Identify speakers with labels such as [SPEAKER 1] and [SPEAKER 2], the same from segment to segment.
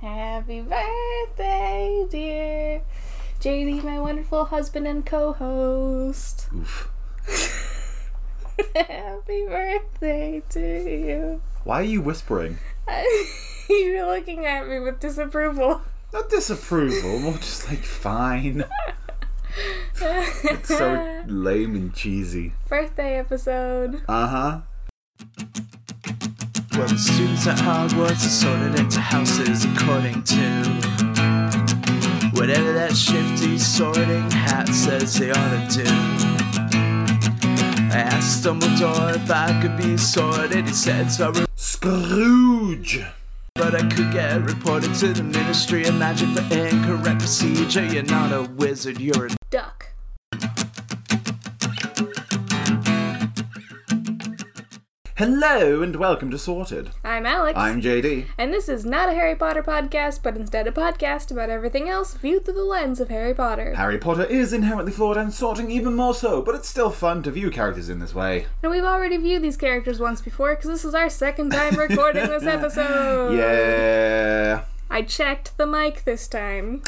[SPEAKER 1] Happy birthday, dear JD, my wonderful husband and co host.
[SPEAKER 2] Oof.
[SPEAKER 1] Happy birthday to you.
[SPEAKER 2] Why are you whispering?
[SPEAKER 1] You're looking at me with disapproval.
[SPEAKER 2] Not disapproval, more just like fine. It's so lame and cheesy.
[SPEAKER 1] birthday episode.
[SPEAKER 2] Uh huh.
[SPEAKER 3] Well, the students at Hogwarts are sorted into houses according to whatever that shifty sorting hat says they ought to do. I asked Dumbledore if I could be sorted. He said sorry,
[SPEAKER 2] Scrooge!
[SPEAKER 3] but I could get reported to the Ministry of Magic for incorrect procedure. You're not a wizard, you're a
[SPEAKER 1] Duck.
[SPEAKER 2] Hello and welcome to Sorted.
[SPEAKER 1] I'm Alex.
[SPEAKER 2] I'm JD.
[SPEAKER 1] and this is not a Harry Potter podcast, but instead a podcast about everything else viewed through the lens of Harry Potter.
[SPEAKER 2] Harry Potter is inherently flawed and sorting even more so, but it's still fun to view characters in this way.
[SPEAKER 1] And we've already viewed these characters once before because this is our second time recording this episode.
[SPEAKER 2] Yeah.
[SPEAKER 1] I checked the mic this time.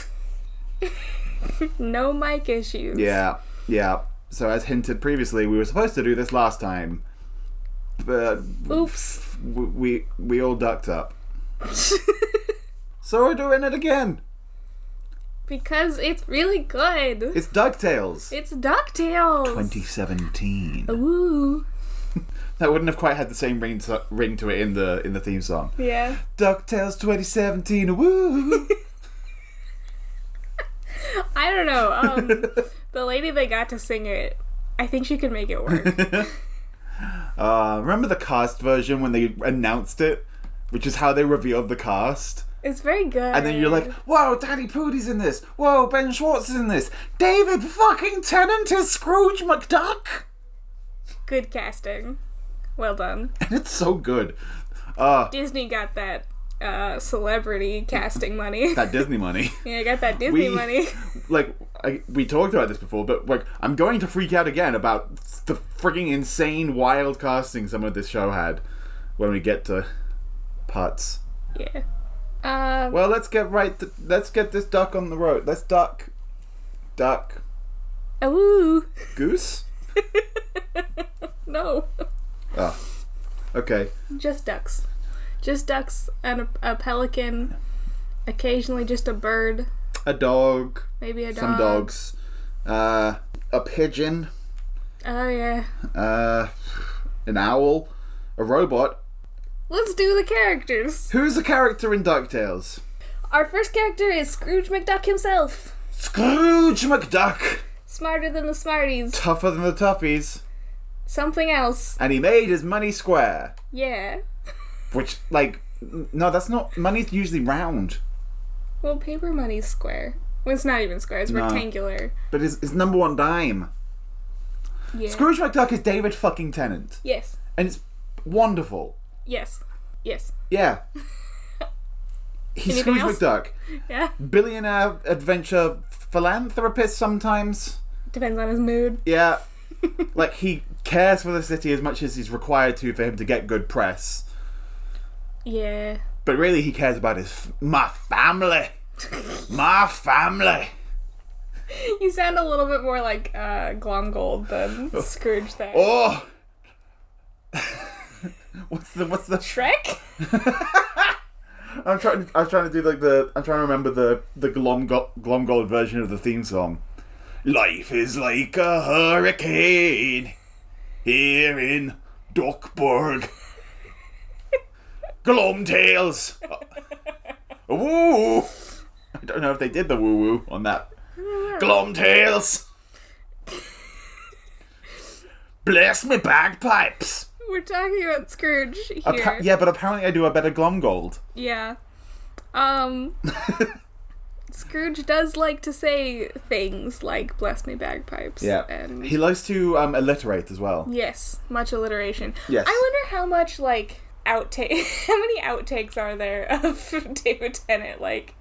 [SPEAKER 1] no mic issues.
[SPEAKER 2] Yeah. Yeah. So, as hinted previously, we were supposed to do this last time, but
[SPEAKER 1] Oops.
[SPEAKER 2] w- we, we all ducked up. So, we're doing it again.
[SPEAKER 1] because it's really good.
[SPEAKER 2] It's DuckTales
[SPEAKER 1] It's DuckTales.
[SPEAKER 2] 2017.
[SPEAKER 1] Ooh.
[SPEAKER 2] That wouldn't have quite had the same ring to, ring to it in the in the theme song.
[SPEAKER 1] Yeah.
[SPEAKER 2] DuckTales 2017, woo!
[SPEAKER 1] I don't know. Um, the lady they got to sing it, I think she could make it work.
[SPEAKER 2] uh, remember the cast version when they announced it? Which is how they revealed the cast.
[SPEAKER 1] it's very good.
[SPEAKER 2] And then you're like, whoa, Daddy Poody's in this. Whoa, Ben Schwartz is in this. David fucking Tennant is Scrooge McDuck!
[SPEAKER 1] good casting. Well done.
[SPEAKER 2] And it's so good. Uh,
[SPEAKER 1] Disney got that uh, celebrity casting money.
[SPEAKER 2] that Disney money.
[SPEAKER 1] yeah, got that Disney
[SPEAKER 2] We-
[SPEAKER 1] money.
[SPEAKER 2] like I, we talked about this before, but like I'm going to freak out again about the frigging insane wild casting some of this show had when we get to parts.
[SPEAKER 1] yeah. Uh,
[SPEAKER 2] Well, let's get right. Th- let's get this duck on the road. Let's duck, duck,
[SPEAKER 1] uh, ooh.
[SPEAKER 2] goose.
[SPEAKER 1] No.
[SPEAKER 2] Oh, okay.
[SPEAKER 1] Just ducks. Just ducks and a, a pelican. Occasionally just a bird.
[SPEAKER 2] A dog.
[SPEAKER 1] Maybe a dog.
[SPEAKER 2] Some dogs. Uh, a pigeon.
[SPEAKER 1] Oh, yeah.
[SPEAKER 2] Uh, an owl. A robot.
[SPEAKER 1] Let's do the characters.
[SPEAKER 2] Who's a character in Ducktales?
[SPEAKER 1] Our first character is Scrooge McDuck himself.
[SPEAKER 2] Scrooge McDuck.
[SPEAKER 1] Smarter than the Smarties.
[SPEAKER 2] Tougher than the Toughies.
[SPEAKER 1] Something else.
[SPEAKER 2] and he made his money square.
[SPEAKER 1] Yeah.
[SPEAKER 2] Which, like, n- no, that's not. Money's usually round.
[SPEAKER 1] Well, paper money's square. Well, it's not even square, it's rectangular.
[SPEAKER 2] But his, his number one dime.
[SPEAKER 1] Yeah.
[SPEAKER 2] Scrooge McDuck is David fucking Tennant.
[SPEAKER 1] yes.
[SPEAKER 2] And it's wonderful.
[SPEAKER 1] Yes. Yes.
[SPEAKER 2] Yeah. He's
[SPEAKER 1] Anything
[SPEAKER 2] Scrooge
[SPEAKER 1] else?
[SPEAKER 2] McDuck.
[SPEAKER 1] Yeah.
[SPEAKER 2] Billionaire adventure philanthropist sometimes.
[SPEAKER 1] Depends on his mood.
[SPEAKER 2] Yeah. like, he cares for the city as much as he's required to for him to get good press.
[SPEAKER 1] Yeah.
[SPEAKER 2] But really, he cares about his. F- my family! my family!
[SPEAKER 1] You sound a little bit more like uh, Glomgold than Scrooge there.
[SPEAKER 2] Oh. what's the what's the?
[SPEAKER 1] Shrek?
[SPEAKER 2] I'm trying. I was trying to do like the. I'm trying to remember the the glom glomgold version of the theme song. Life is like a hurricane here in Duckburg. Glom tales. woo. Uh, I don't know if they did the woo woo on that. Glom tales. Bless me bagpipes.
[SPEAKER 1] We're talking about Scrooge here.
[SPEAKER 2] Appa- yeah, but apparently I do a better Glomgold.
[SPEAKER 1] Yeah. Um. Scrooge does like to say things like "bless me bagpipes." And
[SPEAKER 2] he likes to um, alliterate as well.
[SPEAKER 1] yes, much alliteration.
[SPEAKER 2] Yes.
[SPEAKER 1] I wonder how much like outtake. How many outtakes are there of David Tennant like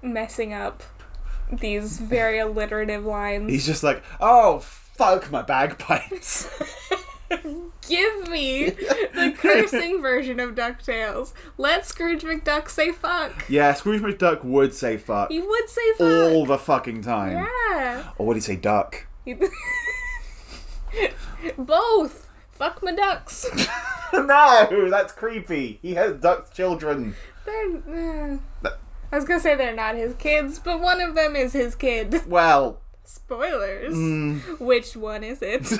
[SPEAKER 1] messing up these very alliterative lines?
[SPEAKER 2] He's just like, oh, fuck my bagpipes.
[SPEAKER 1] Give me the cursing version of DuckTales. Let Scrooge McDuck say fuck.
[SPEAKER 2] Yeah, Scrooge McDuck would say fuck
[SPEAKER 1] He would say fuck.
[SPEAKER 2] all the fucking time.
[SPEAKER 1] Yeah.
[SPEAKER 2] Or would he say duck?
[SPEAKER 1] He- Both. Fuck my ducks.
[SPEAKER 2] no, that's creepy. He has duck children.
[SPEAKER 1] They're. Uh, I was gonna say they're not his kids, but one of them is his kid.
[SPEAKER 2] Well,
[SPEAKER 1] Spoilers. Which one is it?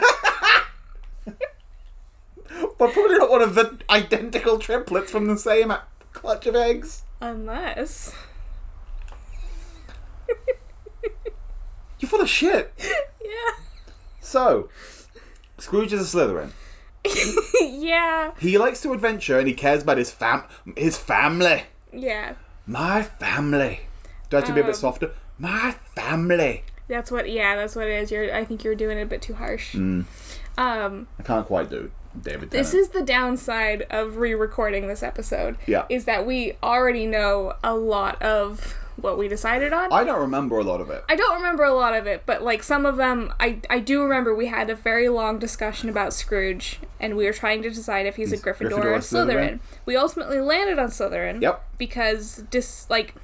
[SPEAKER 2] but probably not one of the identical triplets from the same clutch of eggs.
[SPEAKER 1] Unless.
[SPEAKER 2] You're full of shit.
[SPEAKER 1] Yeah.
[SPEAKER 2] So, Scrooge is a Slytherin.
[SPEAKER 1] yeah.
[SPEAKER 2] He likes to adventure and he cares about his fam his family.
[SPEAKER 1] Yeah.
[SPEAKER 2] My family. Do I have to be a
[SPEAKER 1] Um.
[SPEAKER 2] bit softer? My family.
[SPEAKER 1] That's what. Yeah, that's what it is. You're. I think you're doing it a bit too harsh. Um.
[SPEAKER 2] I can't quite do David.
[SPEAKER 1] This
[SPEAKER 2] Tennant.
[SPEAKER 1] is the downside of re-recording this episode.
[SPEAKER 2] Yeah.
[SPEAKER 1] Is that we already know a lot of what we decided on.
[SPEAKER 2] I don't remember a lot of it.
[SPEAKER 1] I don't remember a lot of it, but like some of them, I I do remember we had a very long discussion about Scrooge, and we were trying to decide if he's a Gryffindor,
[SPEAKER 2] Gryffindor or
[SPEAKER 1] or Slytherin.
[SPEAKER 2] Slytherin.
[SPEAKER 1] We ultimately landed on Slytherin.
[SPEAKER 2] Yep.
[SPEAKER 1] Because dis like,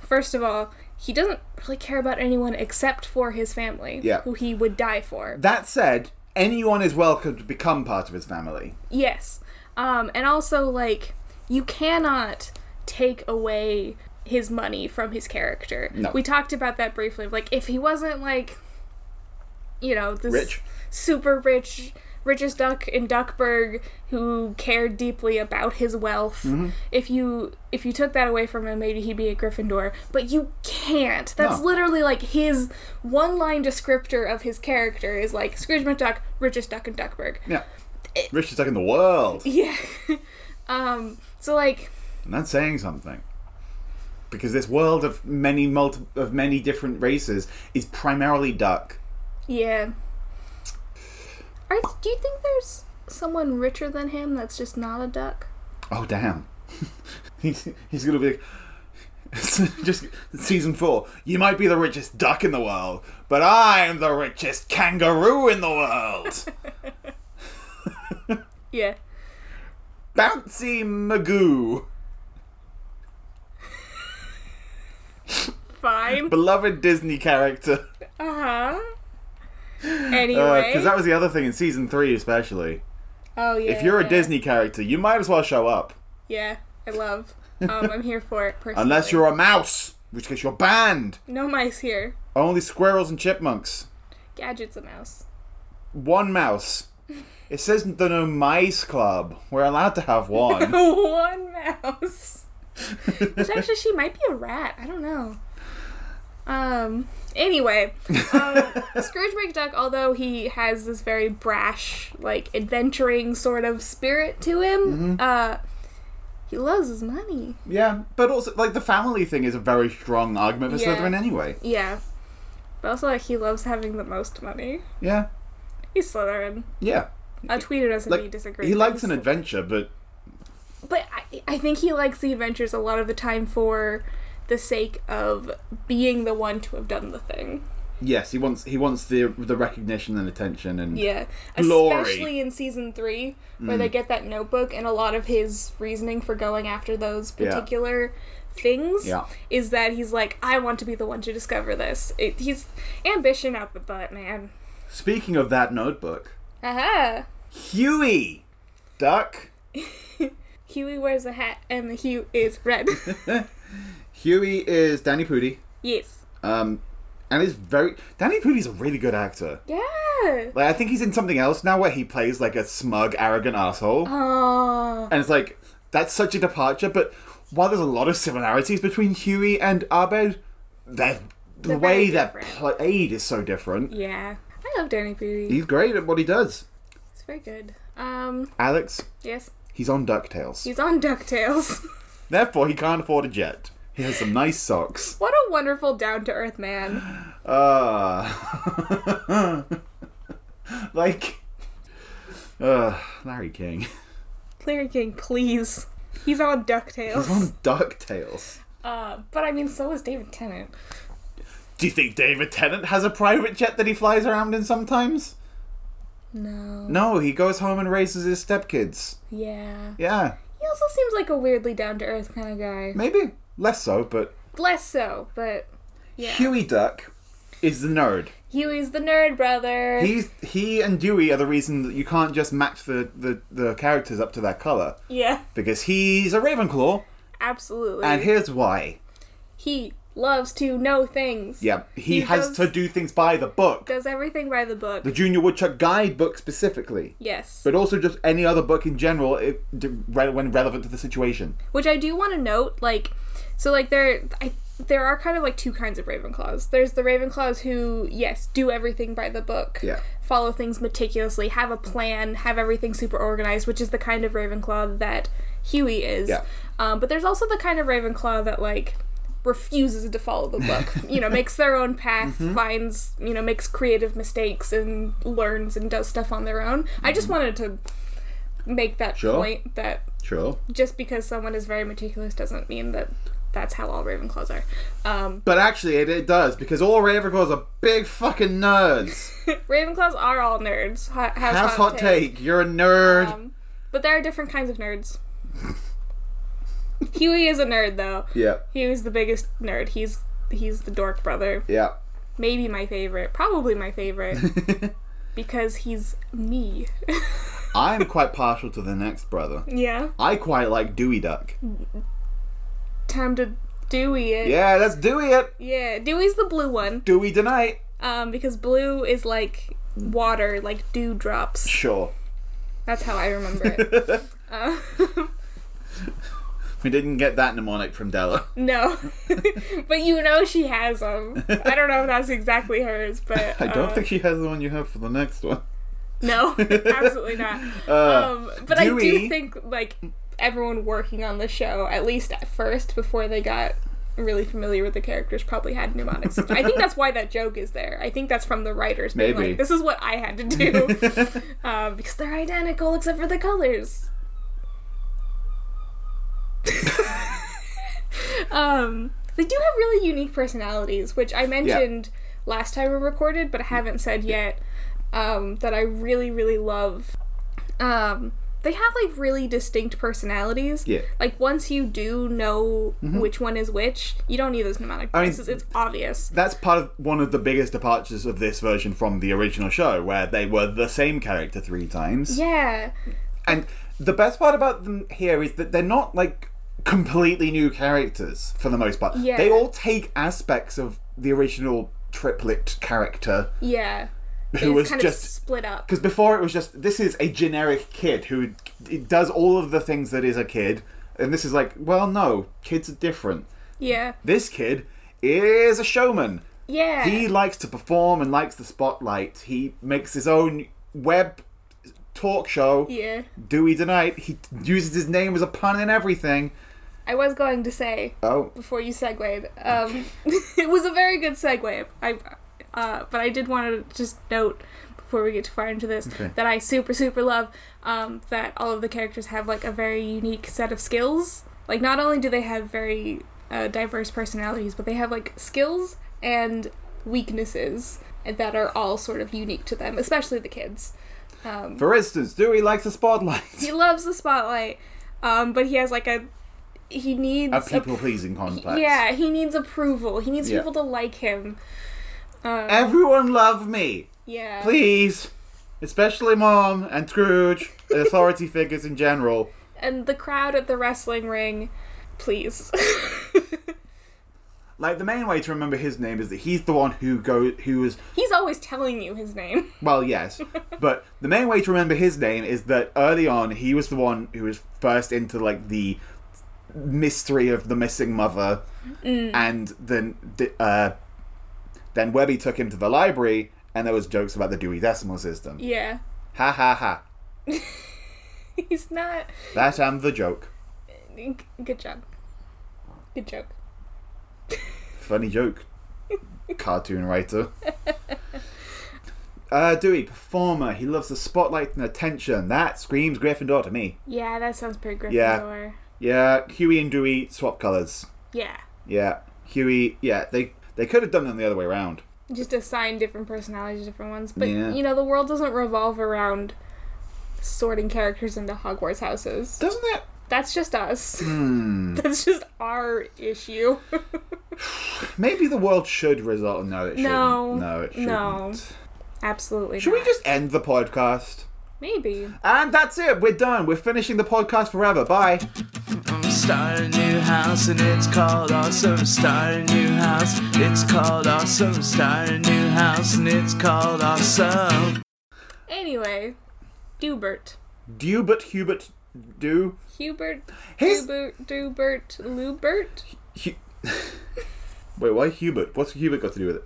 [SPEAKER 1] first of all, he doesn't really care about anyone except for his family,
[SPEAKER 2] Yeah.
[SPEAKER 1] who he would die for.
[SPEAKER 2] That said, anyone is welcome to become part of his family.
[SPEAKER 1] Yes. Um, and also, like, you cannot take away his money from his character.
[SPEAKER 2] No.
[SPEAKER 1] We talked about that briefly. Like, if he wasn't, like, you know, this
[SPEAKER 2] Rich.
[SPEAKER 1] super rich, richest duck in Duckburg who cared deeply about his wealth,
[SPEAKER 2] Mm-hmm.
[SPEAKER 1] if you if you took that away from him, maybe he'd be a Gryffindor. But you can't. That's
[SPEAKER 2] No.
[SPEAKER 1] literally, like, his one line descriptor of his character is, like, Scrooge McDuck, richest duck in Duckburg.
[SPEAKER 2] Yeah. Richest duck in the world.
[SPEAKER 1] Yeah. um, so like
[SPEAKER 2] And that's saying something. Because this world of many multi- of many different races is primarily duck.
[SPEAKER 1] yeah. Are, do you think there's someone richer than him that's just not a duck?
[SPEAKER 2] Oh damn. he's he's gonna be like, just season four. You might be the richest duck in the world, but I'm the richest kangaroo in the world.
[SPEAKER 1] Yeah.
[SPEAKER 2] Bouncy Magoo,
[SPEAKER 1] Fine.
[SPEAKER 2] beloved Disney character.
[SPEAKER 1] Uh huh.
[SPEAKER 2] Because
[SPEAKER 1] Anyway.
[SPEAKER 2] that was the other thing in season three, especially.
[SPEAKER 1] oh yeah.
[SPEAKER 2] If you're
[SPEAKER 1] yeah.
[SPEAKER 2] a Disney character, you might as well show up,
[SPEAKER 1] Yeah, I love. Um, I'm here for it personally.
[SPEAKER 2] unless you're a mouse, in which case you're banned.
[SPEAKER 1] no mice here.
[SPEAKER 2] Only squirrels and chipmunks.
[SPEAKER 1] Gadget's a mouse.
[SPEAKER 2] One mouse. It says the No Mice Club. We're allowed to have one.
[SPEAKER 1] One mouse. Which actually, she might be a rat. I don't know. Um. Anyway, um, Scrooge McDuck, although he has this very brash, like adventuring sort of spirit to
[SPEAKER 2] Mm-hmm.
[SPEAKER 1] him, uh, he loves his money.
[SPEAKER 2] Yeah, but also like the family thing is a very strong argument for
[SPEAKER 1] Yeah.
[SPEAKER 2] Slytherin anyway.
[SPEAKER 1] Yeah, but also like he loves having the most money.
[SPEAKER 2] Yeah,
[SPEAKER 1] He's Slytherin.
[SPEAKER 2] yeah.
[SPEAKER 1] A tweeter doesn't
[SPEAKER 2] Like,
[SPEAKER 1] he disagree.
[SPEAKER 2] he
[SPEAKER 1] with
[SPEAKER 2] likes
[SPEAKER 1] this.
[SPEAKER 2] an adventure, but
[SPEAKER 1] but I, I think he likes the adventures a lot of the time for the sake of being the one to have done the thing.
[SPEAKER 2] yes, he wants he wants the the recognition and attention and
[SPEAKER 1] Yeah.
[SPEAKER 2] Glory. Mm.
[SPEAKER 1] Especially in season three, where they get that notebook and a lot of his reasoning for going after those
[SPEAKER 2] Yeah.
[SPEAKER 1] particular things
[SPEAKER 2] Yeah.
[SPEAKER 1] is that he's like, I want to be the one to discover this. It, he's ambition out the butt, man.
[SPEAKER 2] Speaking of that notebook,
[SPEAKER 1] Aha.
[SPEAKER 2] Huey, duck,
[SPEAKER 1] Huey wears a hat and the hue is red.
[SPEAKER 2] Huey is Danny Pudi,
[SPEAKER 1] yes.
[SPEAKER 2] um, and is very Danny Pudi's a really good actor.
[SPEAKER 1] Yeah.
[SPEAKER 2] Like I think he's in something else now where he plays like a smug, arrogant asshole.
[SPEAKER 1] Oh.
[SPEAKER 2] And it's like, that's such a departure, but while there's a lot of similarities between Huey and Abed, they're, the
[SPEAKER 1] They're
[SPEAKER 2] way
[SPEAKER 1] very
[SPEAKER 2] they're
[SPEAKER 1] different.
[SPEAKER 2] played is so different.
[SPEAKER 1] Yeah. I love Danny Pudi.
[SPEAKER 2] He's great at what he does.
[SPEAKER 1] It's very good. Um,
[SPEAKER 2] Alex,
[SPEAKER 1] yes.
[SPEAKER 2] he's on DuckTales.
[SPEAKER 1] He's on DuckTales.
[SPEAKER 2] Therefore, he can't afford a jet. He has some nice socks.
[SPEAKER 1] what a wonderful down to earth man.
[SPEAKER 2] Ah. Uh, like, uh, Larry King.
[SPEAKER 1] Larry King, please. He's on
[SPEAKER 2] He's
[SPEAKER 1] DuckTales.
[SPEAKER 2] on DuckTales.
[SPEAKER 1] uh, but I mean, so is David Tennant.
[SPEAKER 2] Do you think David Tennant has a private jet that he flies around in sometimes?
[SPEAKER 1] No.
[SPEAKER 2] No, he goes home and raises his stepkids.
[SPEAKER 1] Yeah.
[SPEAKER 2] Yeah,
[SPEAKER 1] He also seems like a weirdly down to earth kind of guy.
[SPEAKER 2] maybe less so, but
[SPEAKER 1] Less so, but yeah.
[SPEAKER 2] Huey Duck is the nerd.
[SPEAKER 1] Huey's the nerd brother.
[SPEAKER 2] He's he and Dewey are the reason that you can't just match the the, the characters up to their color
[SPEAKER 1] yeah,
[SPEAKER 2] because he's a Ravenclaw,
[SPEAKER 1] absolutely.
[SPEAKER 2] and here's why.
[SPEAKER 1] he loves to know things.
[SPEAKER 2] Yeah, he,
[SPEAKER 1] He
[SPEAKER 2] has
[SPEAKER 1] does-
[SPEAKER 2] to do things by the book,
[SPEAKER 1] Does everything by the book.
[SPEAKER 2] the Junior Woodchuck Guidebook specifically.
[SPEAKER 1] yes.
[SPEAKER 2] but also just any other book in general if, d- re- when relevant to the situation.
[SPEAKER 1] which I do want to note, like, so like there, I there are kind of like two kinds of Ravenclaws. There's the Ravenclaws who, yes, do everything by the book,
[SPEAKER 2] Yeah.
[SPEAKER 1] follow things meticulously, have a plan, have everything super organized, which is the kind of Ravenclaw that Huey is.
[SPEAKER 2] Yeah.
[SPEAKER 1] Um, but there's also the kind of Ravenclaw that like refuses to follow the book. you know, makes their own path,
[SPEAKER 2] Mm-hmm.
[SPEAKER 1] finds, you know, makes creative mistakes and learns and does stuff on their own. I just wanted to make that
[SPEAKER 2] Mm-hmm. Sure.
[SPEAKER 1] point that
[SPEAKER 2] Sure.
[SPEAKER 1] just because someone is very meticulous doesn't mean that that's how all Ravenclaws are. Um,
[SPEAKER 2] But actually, it, it does because all Ravenclaws are big fucking nerds.
[SPEAKER 1] Ravenclaws are all nerds. Ha- has
[SPEAKER 2] House hot, take. You're a nerd.
[SPEAKER 1] Um, but there are different kinds of nerds. Huey is a nerd, though.
[SPEAKER 2] yeah.
[SPEAKER 1] Huey's the biggest nerd. He's he's the dork brother.
[SPEAKER 2] Yeah.
[SPEAKER 1] Maybe my favorite. Probably my favorite because he's me.
[SPEAKER 2] I'm quite partial to the next brother.
[SPEAKER 1] yeah.
[SPEAKER 2] I quite like Dewey Duck.
[SPEAKER 1] Time to Dewey it.
[SPEAKER 2] Yeah, let's do it.
[SPEAKER 1] Yeah. Dewey's the blue one.
[SPEAKER 2] Dewey tonight.
[SPEAKER 1] Um, because blue is like water, like dewdrops.
[SPEAKER 2] Sure.
[SPEAKER 1] That's how I remember it. Uh,
[SPEAKER 2] We didn't get that mnemonic from Della.
[SPEAKER 1] no, but you know she has them. I don't know if that's exactly hers, but
[SPEAKER 2] I don't
[SPEAKER 1] uh,
[SPEAKER 2] think she has the one you have for the next one.
[SPEAKER 1] no, absolutely not.
[SPEAKER 2] Uh,
[SPEAKER 1] Um, but I
[SPEAKER 2] Dewey-
[SPEAKER 1] do think like everyone working on the show, at least at first, before they got really familiar with the characters, probably had mnemonics. I think that's why that joke is there. I think that's from the writers. being
[SPEAKER 2] Maybe.
[SPEAKER 1] like, this is what I had to do uh, because they're identical except for the colors. um, they do have really unique personalities, which I mentioned last time we recorded, but I haven't said yet. Um, that I really, really love. Um, they have like really distinct personalities.
[SPEAKER 2] Yeah. Mm-hmm.
[SPEAKER 1] Like once you do know which one is which, you don't need those mnemonic
[SPEAKER 2] I mean-
[SPEAKER 1] devices. it's obvious.
[SPEAKER 2] That's part of one of the biggest departures of this version from the original show, where they were the same character three times.
[SPEAKER 1] Yeah.
[SPEAKER 2] And the best part about them here is that they're not like completely new characters for the most part.
[SPEAKER 1] Yeah.
[SPEAKER 2] They all take aspects of the original triplet character
[SPEAKER 1] Yeah.
[SPEAKER 2] who was
[SPEAKER 1] it's kind of
[SPEAKER 2] just
[SPEAKER 1] split up.
[SPEAKER 2] because before it was just this is a generic kid who d- does all of the things that is a kid, and this is like, well, no, kids are different.
[SPEAKER 1] Yeah.
[SPEAKER 2] This kid is a showman.
[SPEAKER 1] Yeah.
[SPEAKER 2] He likes to perform and likes the spotlight. He makes his own web talk show.
[SPEAKER 1] yeah.
[SPEAKER 2] Dewey tonight. He uses his name as a pun in everything.
[SPEAKER 1] I was going to say
[SPEAKER 2] Oh,
[SPEAKER 1] before you segued. Um, it was a very good segue. I, uh, but I did want to just note before we get too far into this
[SPEAKER 2] Okay.
[SPEAKER 1] that I super super love um, that all of the characters have like a very unique set of skills. Like not only do they have very uh, diverse personalities, but they have like skills and weaknesses that are all sort of unique to them, especially the kids. Um,
[SPEAKER 2] for instance, Dewey likes the spotlight.
[SPEAKER 1] he loves the spotlight, um, but he has like a he needs
[SPEAKER 2] A
[SPEAKER 1] a
[SPEAKER 2] people pleasing complex.
[SPEAKER 1] yeah, he needs approval. He needs
[SPEAKER 2] Yeah.
[SPEAKER 1] people to like him. Um,
[SPEAKER 2] Everyone love me,
[SPEAKER 1] yeah.
[SPEAKER 2] please. Especially Mom and Scrooge, and authority figures in general.
[SPEAKER 1] And the crowd at the wrestling ring, please.
[SPEAKER 2] Like the main way to remember his name is that he's the one who go who is
[SPEAKER 1] He's always telling you his name.
[SPEAKER 2] Well, yes, but the main way to remember his name is that early on he was the one who was first into like the mystery of the missing mother, and then the- uh, then Webby took him to the library, and there was jokes about the Dewey Decimal System.
[SPEAKER 1] Yeah.
[SPEAKER 2] Ha ha ha!
[SPEAKER 1] He's not.
[SPEAKER 2] That and the joke,
[SPEAKER 1] g- Good job. Good joke.
[SPEAKER 2] funny joke, cartoon writer. Uh, Dewey, performer. He loves the spotlight and attention. That screams Gryffindor to me.
[SPEAKER 1] Yeah, that sounds pretty Gryffindor.
[SPEAKER 2] Yeah. Yeah, Huey and Dewey swap colours.
[SPEAKER 1] Yeah.
[SPEAKER 2] Yeah, Huey. Yeah, they they could have done them the other way around.
[SPEAKER 1] just assign different personalities to different ones. But
[SPEAKER 2] Yeah.
[SPEAKER 1] you know, the world doesn't revolve around sorting characters into Hogwarts houses.
[SPEAKER 2] Doesn't that?
[SPEAKER 1] That's just us.
[SPEAKER 2] Hmm.
[SPEAKER 1] That's just our issue.
[SPEAKER 2] Maybe the world should result. No, it shouldn't.
[SPEAKER 1] No.
[SPEAKER 2] No, it shouldn't.
[SPEAKER 1] No. Absolutely.
[SPEAKER 2] Should we
[SPEAKER 1] not.
[SPEAKER 2] just end the podcast?
[SPEAKER 1] Maybe.
[SPEAKER 2] And that's it. We're done. We're finishing the podcast forever. Bye.
[SPEAKER 3] I'm starting a new house and it's called awesome. Starting a new house, it's called awesome. Starting a new house and it's called awesome.
[SPEAKER 1] Anyway, Dubert.
[SPEAKER 2] Dubert Hubert do.
[SPEAKER 1] Hubert.
[SPEAKER 2] His-
[SPEAKER 1] Dubert. Dubert. Lubert.
[SPEAKER 2] Hu- Wait, why Hubert? What's Hubert got to do with it?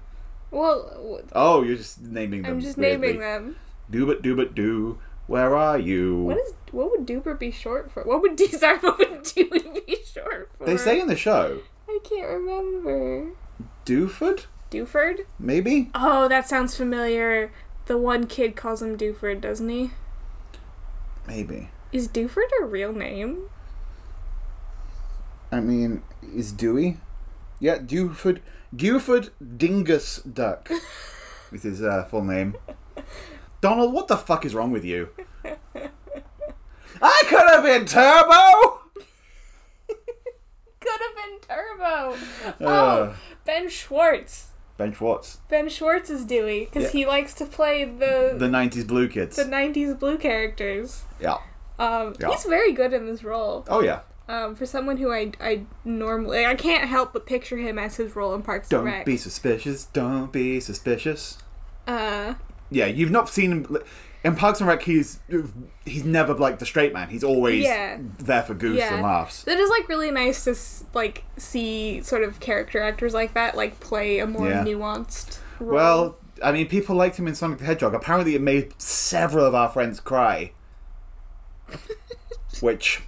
[SPEAKER 1] Well, w-
[SPEAKER 2] Oh, you're just naming them.
[SPEAKER 1] I'm just
[SPEAKER 2] weirdly.
[SPEAKER 1] naming them.
[SPEAKER 2] Dubert Dubert do. Where are you?
[SPEAKER 1] What is? What would Dubert be short for? What would D- sorry, What would Dewey be short for?
[SPEAKER 2] they say in the show
[SPEAKER 1] I can't remember.
[SPEAKER 2] Duford,
[SPEAKER 1] Duford?
[SPEAKER 2] maybe.
[SPEAKER 1] Oh, that sounds familiar. The one kid calls him Duford, doesn't he?
[SPEAKER 2] Maybe.
[SPEAKER 1] Is Duford a real name?
[SPEAKER 2] I mean, is Dewey? Yeah, Duford. Duford Dingus Duck. with his uh, full name. Donald, what the fuck is wrong with you? I could have been Turbo.
[SPEAKER 1] Could have been Turbo.
[SPEAKER 2] Uh.
[SPEAKER 1] Oh, Ben Schwartz.
[SPEAKER 2] Ben Schwartz,
[SPEAKER 1] Ben Schwartz is Dewey because
[SPEAKER 2] Yeah.
[SPEAKER 1] he likes to play the
[SPEAKER 2] the '90s Blue Kids.
[SPEAKER 1] the '90s blue characters.
[SPEAKER 2] yeah.
[SPEAKER 1] Um,
[SPEAKER 2] Yeah.
[SPEAKER 1] he's very good in this role.
[SPEAKER 2] Oh yeah.
[SPEAKER 1] Um, for someone who I, I normally I can't help but picture him as his role in Parks
[SPEAKER 2] Don't
[SPEAKER 1] and Rec.
[SPEAKER 2] be suspicious. Don't be suspicious.
[SPEAKER 1] uh,
[SPEAKER 2] Yeah, you've not seen him. In Parks and Rec, he's he's never like the straight man. He's always
[SPEAKER 1] Yeah.
[SPEAKER 2] there for goose
[SPEAKER 1] Yeah.
[SPEAKER 2] and laughs.
[SPEAKER 1] It is like really nice to s- like see sort of character actors like that like play a more
[SPEAKER 2] Yeah.
[SPEAKER 1] nuanced role.
[SPEAKER 2] Well, I mean, people liked him in Sonic the Hedgehog. Apparently, it made several of our friends cry. Which,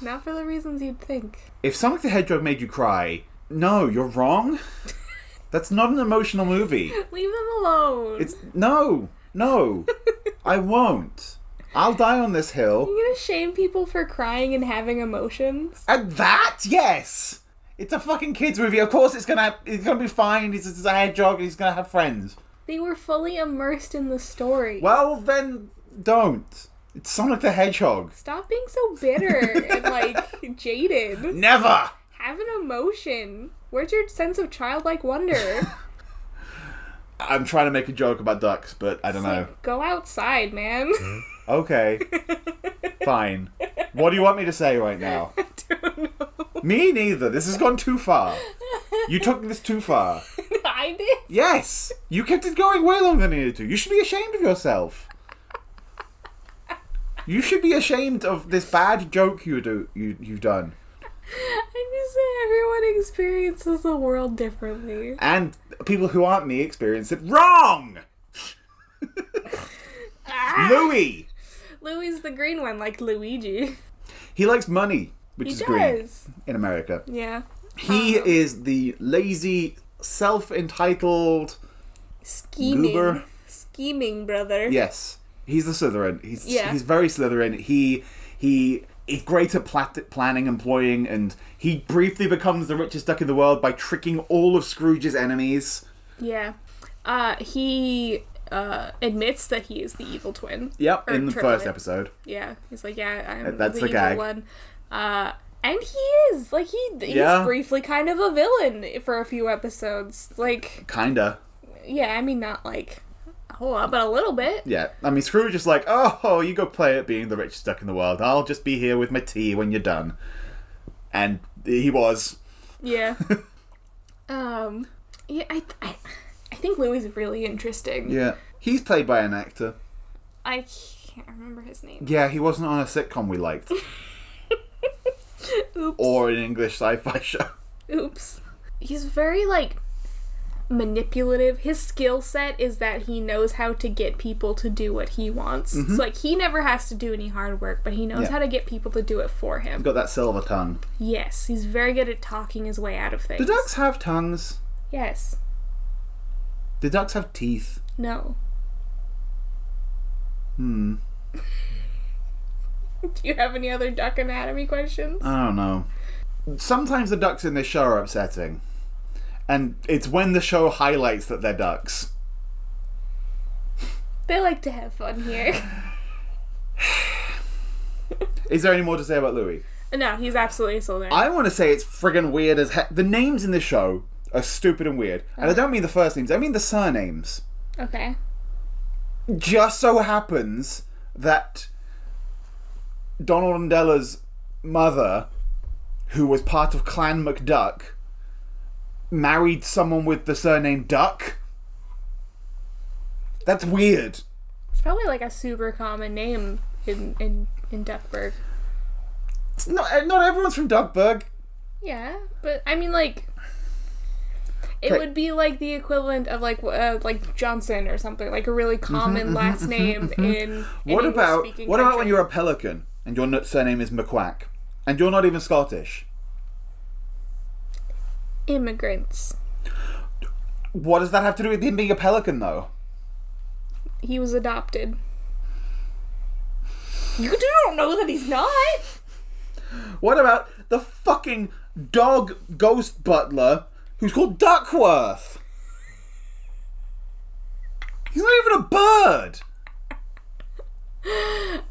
[SPEAKER 1] not for the reasons you'd think.
[SPEAKER 2] if Sonic the Hedgehog made you cry, no, you're wrong. That's not an emotional movie.
[SPEAKER 1] Leave them alone.
[SPEAKER 2] It's no, no, I won't. I'll die on this hill.
[SPEAKER 1] You're gonna shame people for crying and having emotions.
[SPEAKER 2] And that, yes, it's a fucking kids movie. Of course, it's gonna it's gonna be fine. He's, he's a hedgehog, and he's gonna have friends.
[SPEAKER 1] They were fully immersed in the story.
[SPEAKER 2] Well, then don't. It's Sonic the Hedgehog.
[SPEAKER 1] Stop being so bitter and like jaded.
[SPEAKER 2] Never.
[SPEAKER 1] Have an emotion. Where's your sense of childlike wonder?
[SPEAKER 2] I'm trying to make a joke about ducks, but I don't know.
[SPEAKER 1] Like, go outside, man.
[SPEAKER 2] Mm-hmm. Okay, fine. What do you want me to say right now?
[SPEAKER 1] I don't know.
[SPEAKER 2] Me neither. This has gone too far. You took this too far.
[SPEAKER 1] I did.
[SPEAKER 2] Yes, you kept it going way longer than you needed to. You should be ashamed of yourself. You should be ashamed of this bad joke you do you you've done,
[SPEAKER 1] I'm just saying everyone experiences the world differently.
[SPEAKER 2] and people who aren't me experience it wrong. Ah! Louis,
[SPEAKER 1] Louis the green one, like Luigi.
[SPEAKER 2] he likes money, which
[SPEAKER 1] He
[SPEAKER 2] is green
[SPEAKER 1] does.
[SPEAKER 2] in America.
[SPEAKER 1] Yeah.
[SPEAKER 2] He is the lazy, self-entitled.
[SPEAKER 1] Scheming.
[SPEAKER 2] Goober.
[SPEAKER 1] Scheming brother.
[SPEAKER 2] Yes, he's the Slytherin. He's
[SPEAKER 1] Yeah.
[SPEAKER 2] he's very Slytherin. He he is great at plat- planning and ploying, and he briefly becomes the richest duck in the world by tricking all of Scrooge's enemies.
[SPEAKER 1] Yeah. Uh, he uh, admits that he is the evil twin.
[SPEAKER 2] Yep,
[SPEAKER 1] Or
[SPEAKER 2] in the
[SPEAKER 1] triplet.
[SPEAKER 2] first episode.
[SPEAKER 1] Yeah. He's like, yeah, I'm
[SPEAKER 2] That's
[SPEAKER 1] the,
[SPEAKER 2] the
[SPEAKER 1] evil
[SPEAKER 2] gag.
[SPEAKER 1] one. Uh, and he is like he he's
[SPEAKER 2] Yeah.
[SPEAKER 1] briefly kind of a villain for a few episodes. Like,
[SPEAKER 2] Kinda.
[SPEAKER 1] yeah, I mean not like a whole lot, but a little bit.
[SPEAKER 2] Yeah. I mean, Scrooge is like, oh, you go play at being the richest duck in the world. I'll just be here with my tea when you're done. And he was.
[SPEAKER 1] Yeah. um. Yeah, I, I, I think Louis is really interesting.
[SPEAKER 2] Yeah. He's played by an actor.
[SPEAKER 1] I can't remember his name.
[SPEAKER 2] Yeah, he wasn't on a sitcom we liked
[SPEAKER 1] Oops.
[SPEAKER 2] or an English sci fi show.
[SPEAKER 1] Oops. He's very like manipulative. His skill set is that he knows how to get people to do what he wants. So like he never has to do any hard work, but he knows
[SPEAKER 2] Mm-hmm. Yeah.
[SPEAKER 1] how to get people to do it for him.
[SPEAKER 2] Got that silver tongue.
[SPEAKER 1] Yes, he's very good at talking his way out of things.
[SPEAKER 2] Do ducks have tongues?
[SPEAKER 1] Yes.
[SPEAKER 2] Do ducks have teeth?
[SPEAKER 1] No.
[SPEAKER 2] Hmm.
[SPEAKER 1] Do you have any other duck
[SPEAKER 2] Uh.
[SPEAKER 1] anatomy questions?
[SPEAKER 2] I don't know. Sometimes the ducks in this show are upsetting. and it's when the show highlights that they're ducks.
[SPEAKER 1] They like to have fun here.
[SPEAKER 2] Is there any more to say about Louis?
[SPEAKER 1] no, he's absolutely a soldier.
[SPEAKER 2] I want to say it's friggin' weird as heck. The names in this show are stupid and weird, and I don't mean the first names. I mean the surnames.
[SPEAKER 1] okay.
[SPEAKER 2] just so happens that Donald Landella's mother, who was part of Clan McDuck, married someone with the surname Duck. That's weird.
[SPEAKER 1] It's probably like a super common name in in, in Duckburg.
[SPEAKER 2] It's not, eh, not everyone's from Duckburg.
[SPEAKER 1] Yeah, but I mean like it
[SPEAKER 2] Okay.
[SPEAKER 1] would be like the equivalent of like uh, like Johnson or something, like a really
[SPEAKER 2] Mm-hmm,
[SPEAKER 1] common last name in.
[SPEAKER 2] What about what about when you're a pelican and your n- surname is McQuack, and you're not even Scottish?
[SPEAKER 1] immigrants?
[SPEAKER 2] What does that have to do with him being a pelican, though?
[SPEAKER 1] He was adopted. You do don't know that he's not.
[SPEAKER 2] What about the fucking dog ghost butler who's called Duckworth? He's not even a bird.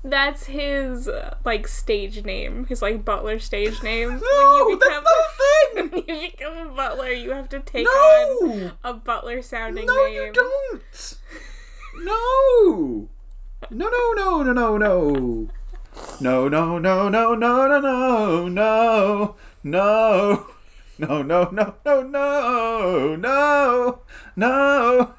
[SPEAKER 1] That's his uh, like stage name. His like butler stage name.
[SPEAKER 2] No,
[SPEAKER 1] When you
[SPEAKER 2] that's
[SPEAKER 1] become-
[SPEAKER 2] not a thing.
[SPEAKER 1] you become a butler, you have to take
[SPEAKER 2] No,
[SPEAKER 1] on a butler sounding
[SPEAKER 2] no,
[SPEAKER 1] name.
[SPEAKER 2] you don't. No, no, no, no, no, no, no, no, no, no, no, no, no, no, no, no. No, no, no, no, no, no, no.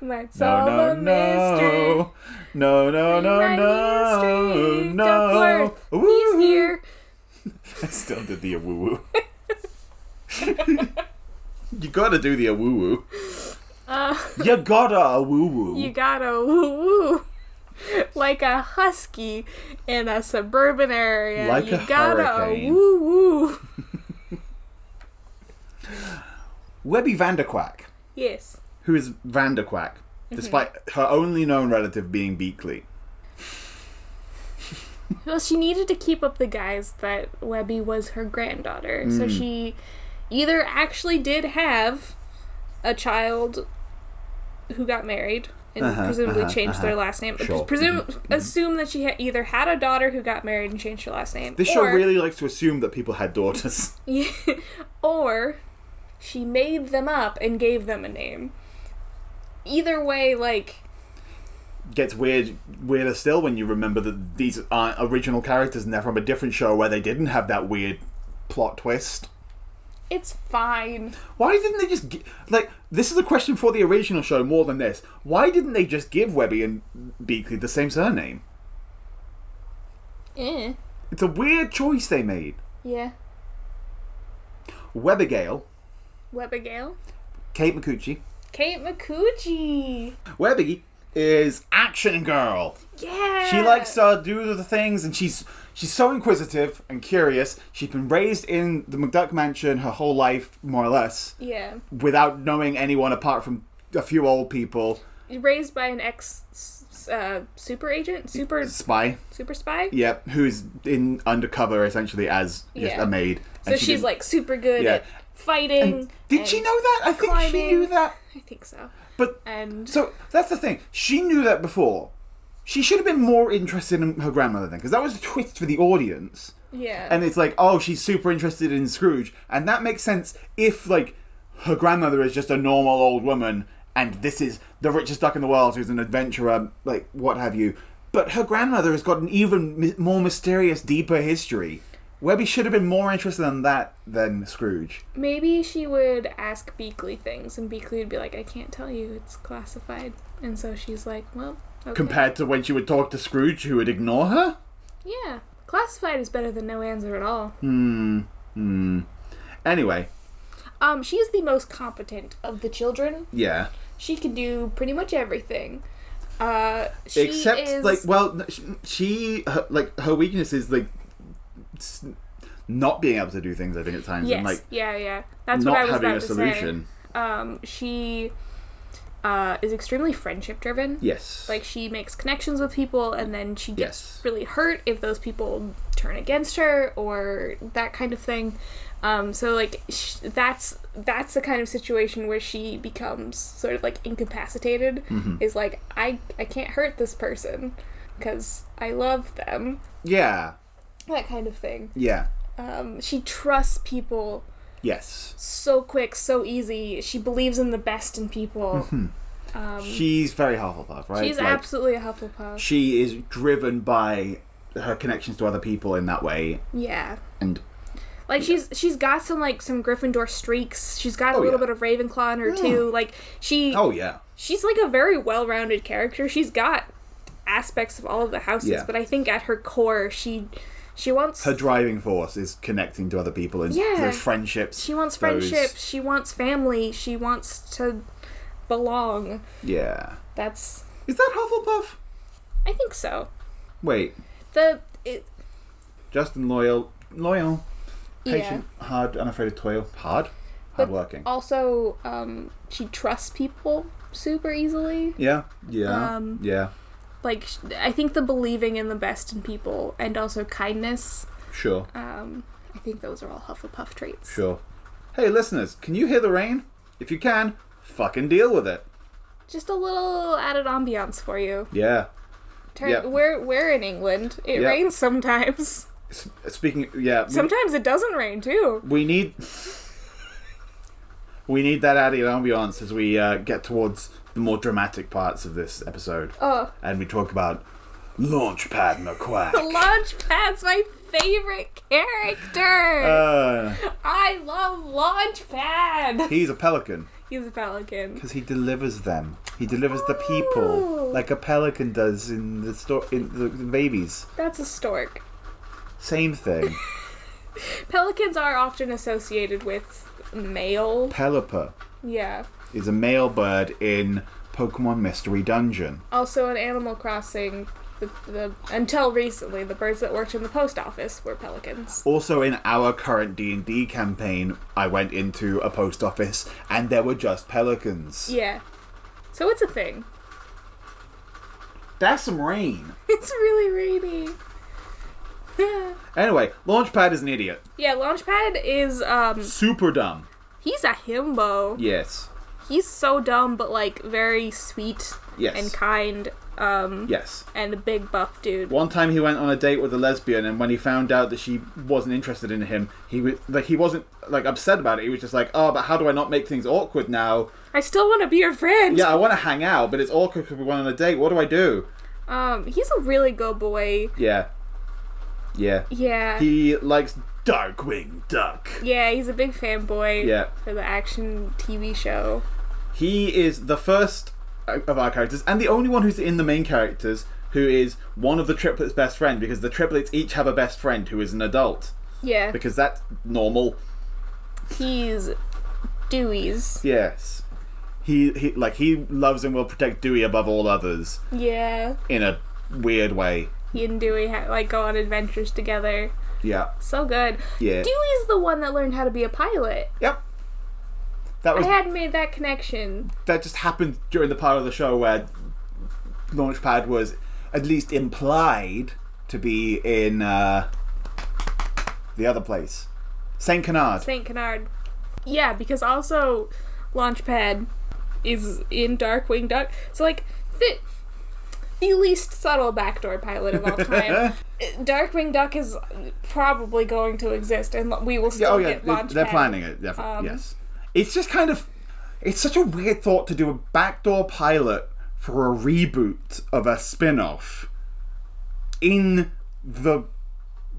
[SPEAKER 1] Let's
[SPEAKER 2] No,
[SPEAKER 1] solve
[SPEAKER 2] no,
[SPEAKER 1] a mystery.
[SPEAKER 2] no. No, no, no, no,
[SPEAKER 1] Street,
[SPEAKER 2] no. Woo.
[SPEAKER 1] He's here.
[SPEAKER 2] I still did the woo woo. You gotta do the woo woo.
[SPEAKER 1] Uh,
[SPEAKER 2] You gotta woo woo.
[SPEAKER 1] you gotta woo woo. Like a husky in a suburban area.
[SPEAKER 2] Like
[SPEAKER 1] you
[SPEAKER 2] a
[SPEAKER 1] gotta
[SPEAKER 2] hurricane.
[SPEAKER 1] woo woo.
[SPEAKER 2] Webby Vanderquack,
[SPEAKER 1] Yes.
[SPEAKER 2] who is Vanderquack, despite her only known relative being Beakley.
[SPEAKER 1] Well, she needed to keep up the guise that Webby was her granddaughter. So
[SPEAKER 2] Mm.
[SPEAKER 1] she either actually did have a child who got married and
[SPEAKER 2] Uh-huh,
[SPEAKER 1] presumably
[SPEAKER 2] uh-huh, Mm-hmm.
[SPEAKER 1] changed their last name.
[SPEAKER 2] Sure.
[SPEAKER 1] Presume, assume that she ha- either had a daughter who got married and changed her last name.
[SPEAKER 2] This show
[SPEAKER 1] or-
[SPEAKER 2] really likes to assume that people had daughters.
[SPEAKER 1] or she made them up and gave them a name. Either way, like,
[SPEAKER 2] Gets weird, weirder still when you remember that these aren't original characters and they're from a different show where they didn't have that weird plot twist.
[SPEAKER 1] it's fine.
[SPEAKER 2] Why didn't they just gi- like this is a question for the original show more than this. Why didn't they just give Webby and Beakley the same surname?
[SPEAKER 1] Eh.
[SPEAKER 2] It's a weird choice they made.
[SPEAKER 1] Yeah.
[SPEAKER 2] Webigail,
[SPEAKER 1] Webigail.
[SPEAKER 2] Kate McCucci.
[SPEAKER 1] Kate McCoochie.
[SPEAKER 2] Webby is action girl.
[SPEAKER 1] Yeah.
[SPEAKER 2] She likes uh, to do the things, and she's she's so inquisitive and curious. She's been raised in the McDuck Mansion her whole life, more or less,
[SPEAKER 1] Yeah.
[SPEAKER 2] without knowing anyone apart from a few old people.
[SPEAKER 1] Raised by an ex s- uh, super agent, super
[SPEAKER 2] Spy,
[SPEAKER 1] super spy.
[SPEAKER 2] Yep, who's in undercover essentially as just
[SPEAKER 1] Yeah.
[SPEAKER 2] a maid.
[SPEAKER 1] So
[SPEAKER 2] And she
[SPEAKER 1] she's
[SPEAKER 2] didn't-
[SPEAKER 1] like super good
[SPEAKER 2] Yeah.
[SPEAKER 1] at fighting.
[SPEAKER 2] Did
[SPEAKER 1] and-
[SPEAKER 2] she know that? I think she
[SPEAKER 1] climbing.
[SPEAKER 2] knew that.
[SPEAKER 1] I think so.
[SPEAKER 2] But
[SPEAKER 1] And
[SPEAKER 2] so that's the thing. She knew that before. She should have been more interested in her grandmother then, because that was a twist for the audience.
[SPEAKER 1] yeah.
[SPEAKER 2] And it's like, oh, she's super interested in Scrooge, and that makes sense if like her grandmother is just a normal old woman, and this is the richest duck in the world who's an adventurer, like what have you. But her grandmother has got an even mi- more mysterious, deeper history. Webby should have been more interested in that than Scrooge.
[SPEAKER 1] Maybe she would ask Beakley things, and Beakley would be like, "I can't tell you; it's classified." And so she's like, "Well, okay.
[SPEAKER 2] Compared to when she would talk to Scrooge, who would ignore her.
[SPEAKER 1] yeah, classified is better than no answer at all."
[SPEAKER 2] Hmm. Anyway,
[SPEAKER 1] Um, she is the most competent of the children.
[SPEAKER 2] yeah.
[SPEAKER 1] She can do pretty much everything. Uh, she
[SPEAKER 2] except
[SPEAKER 1] is
[SPEAKER 2] like well n- sh- she her, like her weakness is like s- not being able to do things i think at times
[SPEAKER 1] yes,
[SPEAKER 2] and like
[SPEAKER 1] yeah, yeah. That's what I
[SPEAKER 2] not
[SPEAKER 1] was
[SPEAKER 2] having
[SPEAKER 1] about
[SPEAKER 2] a
[SPEAKER 1] to
[SPEAKER 2] solution
[SPEAKER 1] say. Um, she uh, is extremely friendship driven.
[SPEAKER 2] yes
[SPEAKER 1] Like she makes connections with people, and then she gets
[SPEAKER 2] Yes.
[SPEAKER 1] really hurt if those people turn against her or that kind of thing. Um, so like sh- that's that's the kind of situation where she becomes sort of like incapacitated.
[SPEAKER 2] Mm-hmm.
[SPEAKER 1] Is like I I can't hurt this person because I love them.
[SPEAKER 2] Yeah.
[SPEAKER 1] That kind of thing.
[SPEAKER 2] Yeah.
[SPEAKER 1] Um, she trusts people
[SPEAKER 2] Yes.
[SPEAKER 1] so quick, so easy. She believes in the best in people.
[SPEAKER 2] She's very Hufflepuff, right?
[SPEAKER 1] Um, She's
[SPEAKER 2] Like,
[SPEAKER 1] absolutely a Hufflepuff.
[SPEAKER 2] She is driven by her connections to other people in that way,
[SPEAKER 1] yeah.
[SPEAKER 2] and
[SPEAKER 1] Like she's she's got some like some Gryffindor streaks. She's got
[SPEAKER 2] Oh,
[SPEAKER 1] a little
[SPEAKER 2] yeah.
[SPEAKER 1] bit of Ravenclaw in her too. Like she
[SPEAKER 2] oh yeah,
[SPEAKER 1] she's like a very well-rounded character. She's got aspects of all of the houses,
[SPEAKER 2] Yeah.
[SPEAKER 1] but I think at her core she she wants
[SPEAKER 2] her driving force is connecting to other people and
[SPEAKER 1] Yeah.
[SPEAKER 2] those friendships.
[SPEAKER 1] she wants
[SPEAKER 2] those-
[SPEAKER 1] friendship, she wants family, she wants to belong.
[SPEAKER 2] Yeah.
[SPEAKER 1] That's
[SPEAKER 2] Is that Hufflepuff?
[SPEAKER 1] I think so.
[SPEAKER 2] Wait,
[SPEAKER 1] The it,
[SPEAKER 2] Justin loyal, loyal,
[SPEAKER 1] Yeah.
[SPEAKER 2] patient, hard, unafraid of toil, hard,
[SPEAKER 1] but
[SPEAKER 2] hardworking.
[SPEAKER 1] also um she trusts people super easily.
[SPEAKER 2] yeah, yeah,
[SPEAKER 1] um,
[SPEAKER 2] yeah.
[SPEAKER 1] Like sh- I think the believing in the best in people and also kindness
[SPEAKER 2] Sure,
[SPEAKER 1] Um, I think those are all Hufflepuff traits.
[SPEAKER 2] sure. Hey, listeners, can you hear the rain? If you can, fucking deal with it.
[SPEAKER 1] Just a little added ambiance for you.
[SPEAKER 2] Yeah.
[SPEAKER 1] Turn,
[SPEAKER 2] Yep.
[SPEAKER 1] We're we're in England. It
[SPEAKER 2] Yep.
[SPEAKER 1] rains sometimes.
[SPEAKER 2] S- Speaking, yeah. we-
[SPEAKER 1] Sometimes it doesn't rain too.
[SPEAKER 2] we need we need that added ambiance as we uh, get towards the more dramatic parts of this episode,
[SPEAKER 1] Oh,
[SPEAKER 2] and we talk about Launchpad McQuack.
[SPEAKER 1] Launchpad's my favorite character.
[SPEAKER 2] Uh,
[SPEAKER 1] I love Launchpad.
[SPEAKER 2] he's a pelican
[SPEAKER 1] He's a pelican.
[SPEAKER 2] because he delivers them. He delivers the people
[SPEAKER 1] Oh.
[SPEAKER 2] like a pelican does in the sto- in the, the babies.
[SPEAKER 1] That's a stork.
[SPEAKER 2] Same thing.
[SPEAKER 1] Pelicans are often associated with male.
[SPEAKER 2] Pelipper
[SPEAKER 1] Yeah.
[SPEAKER 2] is a male bird in Pokemon Mystery Dungeon.
[SPEAKER 1] Also, in Animal Crossing, the, the until recently, the birds that worked in the post office were pelicans.
[SPEAKER 2] also in our current d&d campaign i went into a post office and there were just pelicans
[SPEAKER 1] Yeah. So it's a thing.
[SPEAKER 2] that's some rain
[SPEAKER 1] It's really rainy.
[SPEAKER 2] anyway launchpad is an idiot
[SPEAKER 1] yeah, Launchpad is um
[SPEAKER 2] super dumb
[SPEAKER 1] he's a himbo.
[SPEAKER 2] yes
[SPEAKER 1] He's so dumb but like very sweet
[SPEAKER 2] Yes.
[SPEAKER 1] and kind um
[SPEAKER 2] yes
[SPEAKER 1] and a big buff dude.
[SPEAKER 2] one time he went on a date with a lesbian and when he found out that she wasn't interested in him he was like he wasn't like upset about it he was just like oh but how do i not make things awkward now
[SPEAKER 1] I still want to be your friend.
[SPEAKER 2] yeah i want to hang out but it's awkward because we went on a date what do i do
[SPEAKER 1] Um he's a really good boy.
[SPEAKER 2] yeah yeah
[SPEAKER 1] Yeah.
[SPEAKER 2] he likes darkwing duck
[SPEAKER 1] yeah, he's a big fanboy
[SPEAKER 2] Yeah.
[SPEAKER 1] for the action TV show.
[SPEAKER 2] He is the first of our characters, and the only one who's in the main characters who is one of the triplets' best friend because the triplets each have a best friend who is an adult
[SPEAKER 1] Yeah.
[SPEAKER 2] because that's normal.
[SPEAKER 1] He's Dewey's.
[SPEAKER 2] Yes, he, he like he loves and will protect Dewey above all others
[SPEAKER 1] Yeah.
[SPEAKER 2] in a weird way.
[SPEAKER 1] He and Dewey ha- like go on adventures together.
[SPEAKER 2] Yeah,
[SPEAKER 1] So good.
[SPEAKER 2] yeah,
[SPEAKER 1] Dewey's the one that learned how to be a pilot.
[SPEAKER 2] yep. That
[SPEAKER 1] I
[SPEAKER 2] was
[SPEAKER 1] hadn't made that connection.
[SPEAKER 2] that just happened during the part of the show where Launchpad was at least implied to be in uh, the other place, Saint Canard.
[SPEAKER 1] St. Canard. Yeah, because also Launchpad is in Darkwing Duck. So, like, the, the least subtle backdoor pilot of all time. Darkwing Duck is probably going to exist, and we will
[SPEAKER 2] Yeah,
[SPEAKER 1] still
[SPEAKER 2] oh yeah,
[SPEAKER 1] get
[SPEAKER 2] they-
[SPEAKER 1] Launchpad.
[SPEAKER 2] they're planning it. Definitely.
[SPEAKER 1] Um,
[SPEAKER 2] yes, it's just kind of it's such a weird thought to do a backdoor pilot for a reboot of a spin-off in the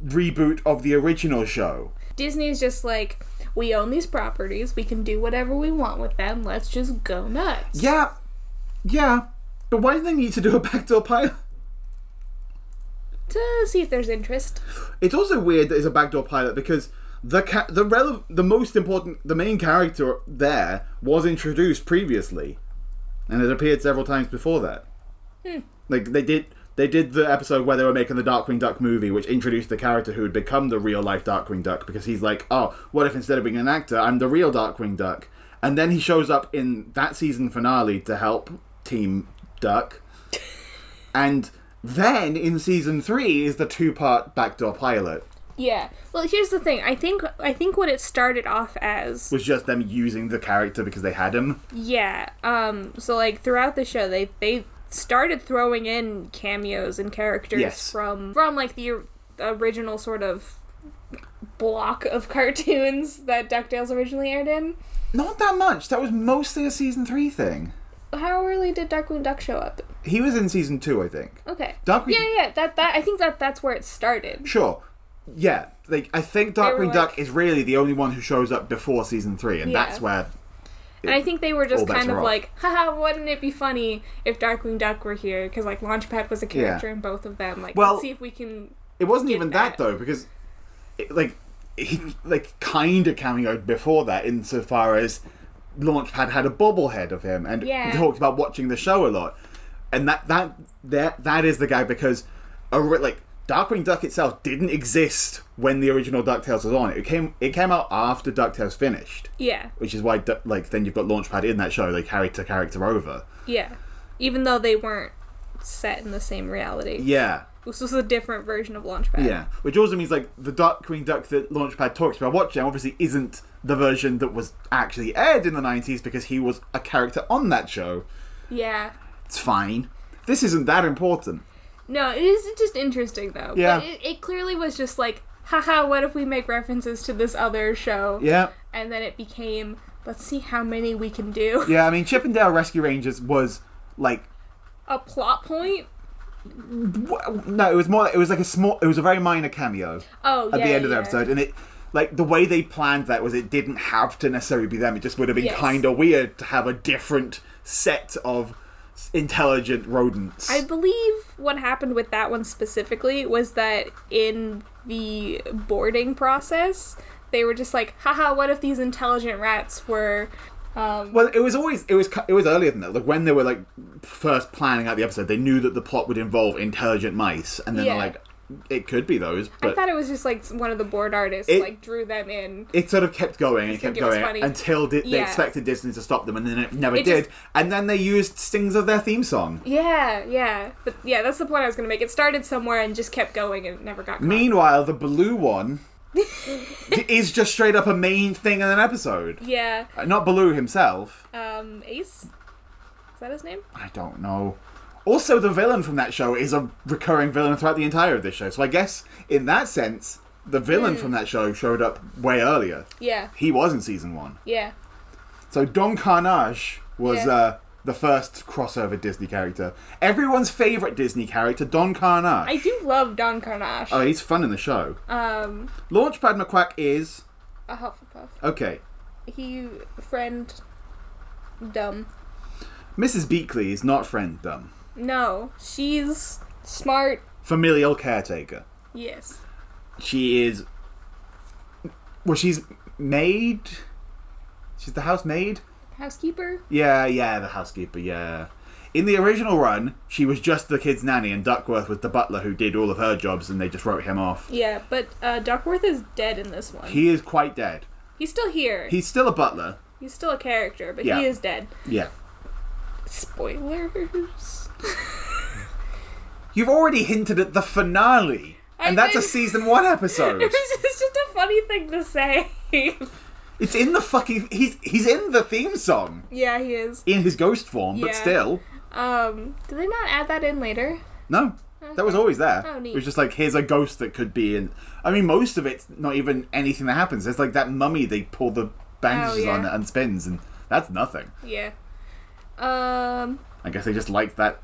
[SPEAKER 2] reboot of the original show.
[SPEAKER 1] Disney's just like, we own these properties, we can do whatever we want with them, let's just go nuts.
[SPEAKER 2] Yeah, yeah, but why do they need to do a backdoor pilot?
[SPEAKER 1] To see if there's interest.
[SPEAKER 2] It's also weird that it's a backdoor pilot because the ca- the rele- the most important the main character there was introduced previously, and it appeared several times before that. Like they did they did the episode where they were making the Darkwing Duck movie, which introduced the character who had become the real life Darkwing Duck because he's like, oh, what if instead of being an actor, I'm the real Darkwing Duck, and then he shows up in that season finale to help Team Duck. And then in season three is the two part backdoor pilot.
[SPEAKER 1] Yeah. Well, here's the thing. I think I think what it started off as
[SPEAKER 2] was just them using the character because they had him.
[SPEAKER 1] yeah. Um. So like throughout the show, they they started throwing in cameos and characters
[SPEAKER 2] Yes.
[SPEAKER 1] from from like the or- original sort of block of cartoons that DuckTales originally aired in.
[SPEAKER 2] Not that much. That was mostly a season three thing.
[SPEAKER 1] How early did Darkwing Duck show up?
[SPEAKER 2] He was in season two, I think.
[SPEAKER 1] Okay.
[SPEAKER 2] Darkwing-
[SPEAKER 1] Yeah, yeah. That that I think that that's where it started.
[SPEAKER 2] Sure. Yeah. Like I think
[SPEAKER 1] were
[SPEAKER 2] Darkwing
[SPEAKER 1] like-
[SPEAKER 2] Duck is really the only one who shows up before season three, and
[SPEAKER 1] Yeah.
[SPEAKER 2] that's where
[SPEAKER 1] And I think they were just
[SPEAKER 2] All bets
[SPEAKER 1] kind of
[SPEAKER 2] are off.
[SPEAKER 1] like, haha, wouldn't it be funny if Darkwing Duck were here? Because, like, Launchpad was a character in both of them. Like,
[SPEAKER 2] Well-
[SPEAKER 1] let's see if we can.
[SPEAKER 2] it wasn't
[SPEAKER 1] Get
[SPEAKER 2] even that,
[SPEAKER 1] that.
[SPEAKER 2] though because it, like he like kind of cameoed before that insofar as Launchpad had a bobblehead of him and
[SPEAKER 1] Yeah.
[SPEAKER 2] talked about watching the show a lot, and that that that that is the guy because a, re- like Darkwing Duck itself didn't exist when the original Ducktales was on. It came it came out after Ducktales finished,
[SPEAKER 1] Yeah,
[SPEAKER 2] which is why Du- like then you've got Launchpad in that show. They carried the character over.
[SPEAKER 1] yeah. Even though they weren't set in the same reality.
[SPEAKER 2] Yeah.
[SPEAKER 1] This was a different version of Launchpad.
[SPEAKER 2] Yeah, which also means like the Dark Queen Duck that Launchpad talks about watching obviously isn't the version that was actually aired in the 90s because he was a character on that show.
[SPEAKER 1] Yeah.
[SPEAKER 2] It's fine. This isn't that important.
[SPEAKER 1] No, it is just interesting, though.
[SPEAKER 2] Yeah.
[SPEAKER 1] But it, it clearly was just like, haha, what if we make references to this other show?
[SPEAKER 2] Yeah.
[SPEAKER 1] And then it became, let's see how many we can do.
[SPEAKER 2] Yeah, I mean, Chippendale Rescue Rangers was like.
[SPEAKER 1] A plot point?
[SPEAKER 2] w- No, it was more. It was like a small. It was a very minor cameo
[SPEAKER 1] Oh,
[SPEAKER 2] at
[SPEAKER 1] yeah.
[SPEAKER 2] the end of the
[SPEAKER 1] yeah.
[SPEAKER 2] episode, and it, like, the way they planned that was it didn't have to necessarily be them. It just would have been
[SPEAKER 1] Yes.
[SPEAKER 2] kind of weird to have a different set of s- intelligent rodents.
[SPEAKER 1] I believe what happened with that one specifically was that in the boarding process, they were just like, haha, what if these intelligent rats were. Um,
[SPEAKER 2] Well, it was always it was cu- it was earlier than that. Like when they were like first planning out the episode, they knew that the plot would involve intelligent mice, and then
[SPEAKER 1] Yeah.
[SPEAKER 2] they're like, it could be those,
[SPEAKER 1] I
[SPEAKER 2] but
[SPEAKER 1] thought it was just like one of the board artists
[SPEAKER 2] It-
[SPEAKER 1] like drew them in.
[SPEAKER 2] it sort of kept going and kept
[SPEAKER 1] think it was
[SPEAKER 2] going
[SPEAKER 1] funny.
[SPEAKER 2] until di- they
[SPEAKER 1] Yeah.
[SPEAKER 2] expected Disney to stop them, and then it never
[SPEAKER 1] It
[SPEAKER 2] did.
[SPEAKER 1] just-
[SPEAKER 2] And then they used stings of their theme song.
[SPEAKER 1] Yeah, yeah, but yeah, that's the point I was gonna make. It started somewhere and just kept going and it never got. Caught.
[SPEAKER 2] Meanwhile, the blue one is just straight up a main thing in an episode.
[SPEAKER 1] Yeah,
[SPEAKER 2] Uh, Not Baloo himself.
[SPEAKER 1] um, Ace, is that his name?
[SPEAKER 2] I don't know. Also, the villain from that show is a recurring villain throughout the entire of this show. So I guess in that sense, the villain
[SPEAKER 1] Hmm.
[SPEAKER 2] from that show showed up way earlier.
[SPEAKER 1] Yeah,
[SPEAKER 2] He was in season one.
[SPEAKER 1] yeah,
[SPEAKER 2] So Don Carnage was
[SPEAKER 1] Yeah.
[SPEAKER 2] uh, the first crossover Disney character. Everyone's favorite Disney character, Don Carnage.
[SPEAKER 1] I do love Don Carnage.
[SPEAKER 2] Oh, he's fun in the show.
[SPEAKER 1] Um,
[SPEAKER 2] Launchpad McQuack is
[SPEAKER 1] a Hufflepuff.
[SPEAKER 2] okay.
[SPEAKER 1] He friend, dumb.
[SPEAKER 2] Mrs. Beakley is not friend dumb.
[SPEAKER 1] No, she's smart.
[SPEAKER 2] Familial caretaker.
[SPEAKER 1] Yes.
[SPEAKER 2] she is well she's maid she's the housemaid
[SPEAKER 1] Housekeeper?
[SPEAKER 2] yeah yeah the housekeeper yeah in the original run she was just the kid's nanny and duckworth was the butler who did all of her jobs and they just wrote him off
[SPEAKER 1] Yeah, but uh, Duckworth is dead in this one.
[SPEAKER 2] he is quite dead
[SPEAKER 1] He's still here.
[SPEAKER 2] he's still a butler
[SPEAKER 1] He's still a character, but
[SPEAKER 2] Yeah.
[SPEAKER 1] he is dead.
[SPEAKER 2] yeah
[SPEAKER 1] Spoilers.
[SPEAKER 2] you've already hinted at the finale
[SPEAKER 1] I
[SPEAKER 2] and that's a
[SPEAKER 1] did.
[SPEAKER 2] season one episode
[SPEAKER 1] it's just it's just a funny thing to say.
[SPEAKER 2] it's in the fucking he's he's in the theme song
[SPEAKER 1] yeah, he is.
[SPEAKER 2] in his ghost form but
[SPEAKER 1] Yeah.
[SPEAKER 2] still
[SPEAKER 1] Um, did they not add that in later?
[SPEAKER 2] No, that was always there.
[SPEAKER 1] Oh, neat.
[SPEAKER 2] It was just like here's a ghost that could be in. I mean, most of it's not even anything that happens. There's like that mummy they pull the
[SPEAKER 1] Oh,
[SPEAKER 2] bandages
[SPEAKER 1] yeah.
[SPEAKER 2] on and spins, and that's nothing.
[SPEAKER 1] Yeah. Um,
[SPEAKER 2] I guess they just liked that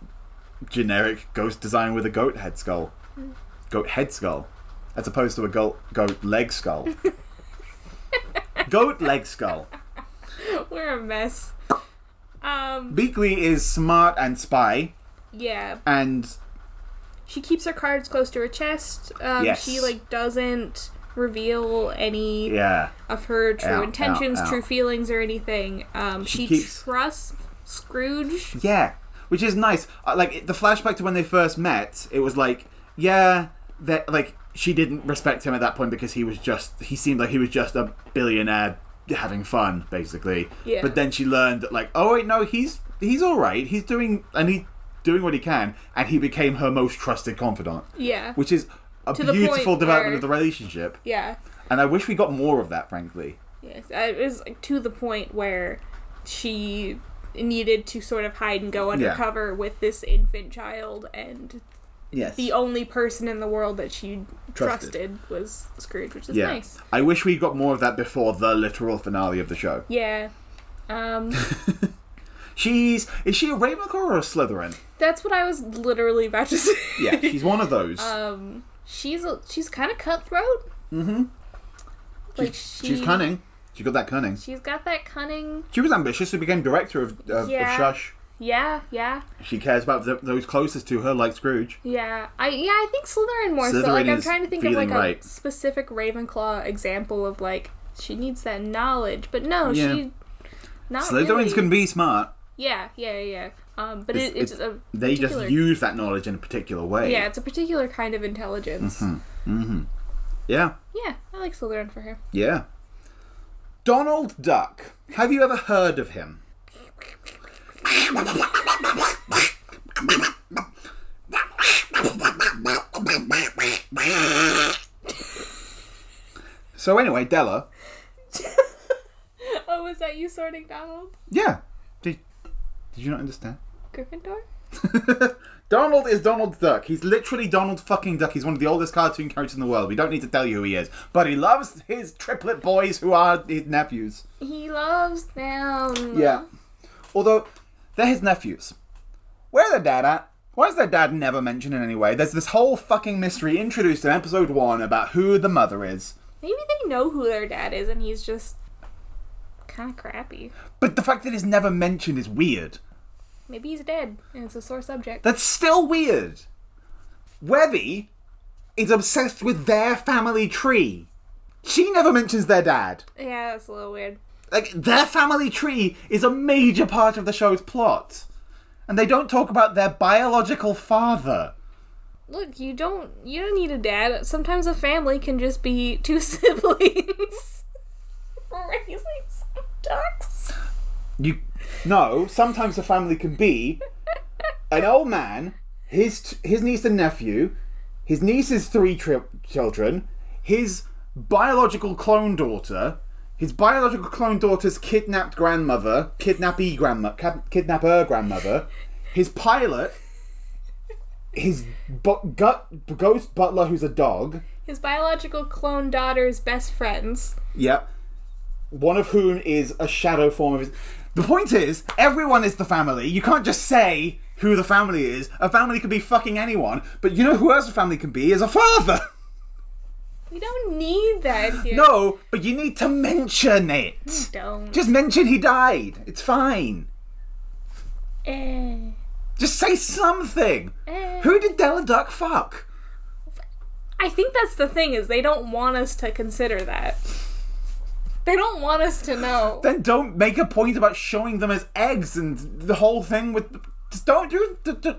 [SPEAKER 2] generic ghost design with a goat head skull,
[SPEAKER 1] Hmm.
[SPEAKER 2] goat head skull, as opposed to a goat goat leg skull. goat leg skull.
[SPEAKER 1] we're a mess. Um,
[SPEAKER 2] Beakley is smart and spy,
[SPEAKER 1] yeah.
[SPEAKER 2] and
[SPEAKER 1] She keeps her cards close to her chest. Um,
[SPEAKER 2] Yes.
[SPEAKER 1] she like doesn't reveal any
[SPEAKER 2] yeah,
[SPEAKER 1] of her true
[SPEAKER 2] Ow, ow,
[SPEAKER 1] intentions,
[SPEAKER 2] ow.
[SPEAKER 1] true feelings, or anything. Um, she
[SPEAKER 2] keeps-
[SPEAKER 1] trusts Scrooge.
[SPEAKER 2] Yeah, which is nice. Uh, Like it- the flashback to when they first met, it was like, yeah, that like she didn't respect him at that point because he was just he seemed like he was just a billionaire having fun basically.
[SPEAKER 1] Yeah.
[SPEAKER 2] But then she learned that like, oh wait, no, he's he's all right. He's doing and he doing what he can, and he became her most trusted confidant,
[SPEAKER 1] Yeah,
[SPEAKER 2] which is a
[SPEAKER 1] To the
[SPEAKER 2] beautiful
[SPEAKER 1] point
[SPEAKER 2] development
[SPEAKER 1] where-
[SPEAKER 2] of the relationship.
[SPEAKER 1] Yeah.
[SPEAKER 2] And I wish we got more of that, frankly.
[SPEAKER 1] Yes, uh, it was like, to the point where she needed to sort of hide and go undercover with this infant child, and
[SPEAKER 2] Yes.
[SPEAKER 1] the only person in the world that she
[SPEAKER 2] Trusted.
[SPEAKER 1] trusted, was Scrooge, which is
[SPEAKER 2] yeah.
[SPEAKER 1] nice.
[SPEAKER 2] I wish we got more of that before the literal finale of the show.
[SPEAKER 1] Yeah. Um,
[SPEAKER 2] She's is she a Ravenclaw or a Slytherin?
[SPEAKER 1] that's what I was literally about to say.
[SPEAKER 2] Yeah, she's one of those.
[SPEAKER 1] Um, she's a, she's kind of cutthroat. Mm-hmm. Like she,
[SPEAKER 2] she's cunning. She got that cunning.
[SPEAKER 1] She's got that cunning.
[SPEAKER 2] She was ambitious. She became director of, of,
[SPEAKER 1] Yeah.
[SPEAKER 2] of Shush.
[SPEAKER 1] Yeah, yeah,
[SPEAKER 2] She cares about th those closest to her, like Scrooge.
[SPEAKER 1] yeah. I yeah, I think Slytherin more so.
[SPEAKER 2] Slytherin
[SPEAKER 1] Like I'm
[SPEAKER 2] is
[SPEAKER 1] trying to think of
[SPEAKER 2] feeling
[SPEAKER 1] like
[SPEAKER 2] right.
[SPEAKER 1] a specific Ravenclaw example of like she needs that knowledge, but no,
[SPEAKER 2] Yeah.
[SPEAKER 1] she not
[SPEAKER 2] Slytherins
[SPEAKER 1] really.
[SPEAKER 2] can be smart.
[SPEAKER 1] Yeah, yeah, yeah. Um, but
[SPEAKER 2] It's-
[SPEAKER 1] it, it's,
[SPEAKER 2] it's-
[SPEAKER 1] a
[SPEAKER 2] They just
[SPEAKER 1] particular-
[SPEAKER 2] use that knowledge in a particular way.
[SPEAKER 1] yeah, it's a particular kind of intelligence.
[SPEAKER 2] Mm-hmm. Yeah.
[SPEAKER 1] Yeah, I like Slytherin for her.
[SPEAKER 2] Yeah. Donald Duck. Have you ever heard of him? So anyway, Della.
[SPEAKER 1] Oh, was that you sorting Donald
[SPEAKER 2] Yeah. Did, did you not understand?
[SPEAKER 1] Gryffindor?
[SPEAKER 2] Donald is Donald Duck. He's literally Donald fucking Duck. He's one of the oldest cartoon characters in the world. We don't need to tell you who he is. But he loves his triplet boys who are his nephews.
[SPEAKER 1] He loves them.
[SPEAKER 2] Yeah. Although, they're his nephews. Where's their dad at? Why is their dad never mentioned in any way? There's this whole fucking mystery introduced in episode one about who the mother is.
[SPEAKER 1] Maybe they know who their dad is, and he's just kind of crappy.
[SPEAKER 2] But the fact that it's never mentioned is weird.
[SPEAKER 1] Maybe he's dead, and it's a sore subject.
[SPEAKER 2] That's still weird. Webby is obsessed with their family tree. She never mentions their dad.
[SPEAKER 1] yeah, that's a little weird.
[SPEAKER 2] Like, their family tree is a major part of the show's plot. And they don't talk about their biological father.
[SPEAKER 1] Look, you don't you don't need a dad. Sometimes a family can just be two siblings raising some ducks.
[SPEAKER 2] You no. Sometimes the family can be an old man, his t- his niece and nephew, his niece's three tri- children, his biological clone daughter, his biological clone daughter's kidnapped grandmother, kidnappee grandma, ca- kidnapper grandmother, his pilot, his bo- gut ghost butler who's a dog.
[SPEAKER 1] His biological clone daughter's best friends.
[SPEAKER 2] Yep. One of whom is a shadow form of his. The point is, everyone is the family. You can't just say who the family is. A family could be fucking anyone. But you know who else a family can be is a father.
[SPEAKER 1] We don't need that here.
[SPEAKER 2] No, but you need to mention
[SPEAKER 1] We
[SPEAKER 2] it.
[SPEAKER 1] don't.
[SPEAKER 2] Just mention he died. It's fine.
[SPEAKER 1] Eh,
[SPEAKER 2] Just say something.
[SPEAKER 1] eh.
[SPEAKER 2] Who did Della Duck fuck?
[SPEAKER 1] I think that's the thing is they don't want us to consider that. They don't want us to know.
[SPEAKER 2] Then don't make a point about showing them as eggs and the whole thing with. Just don't do. d- d-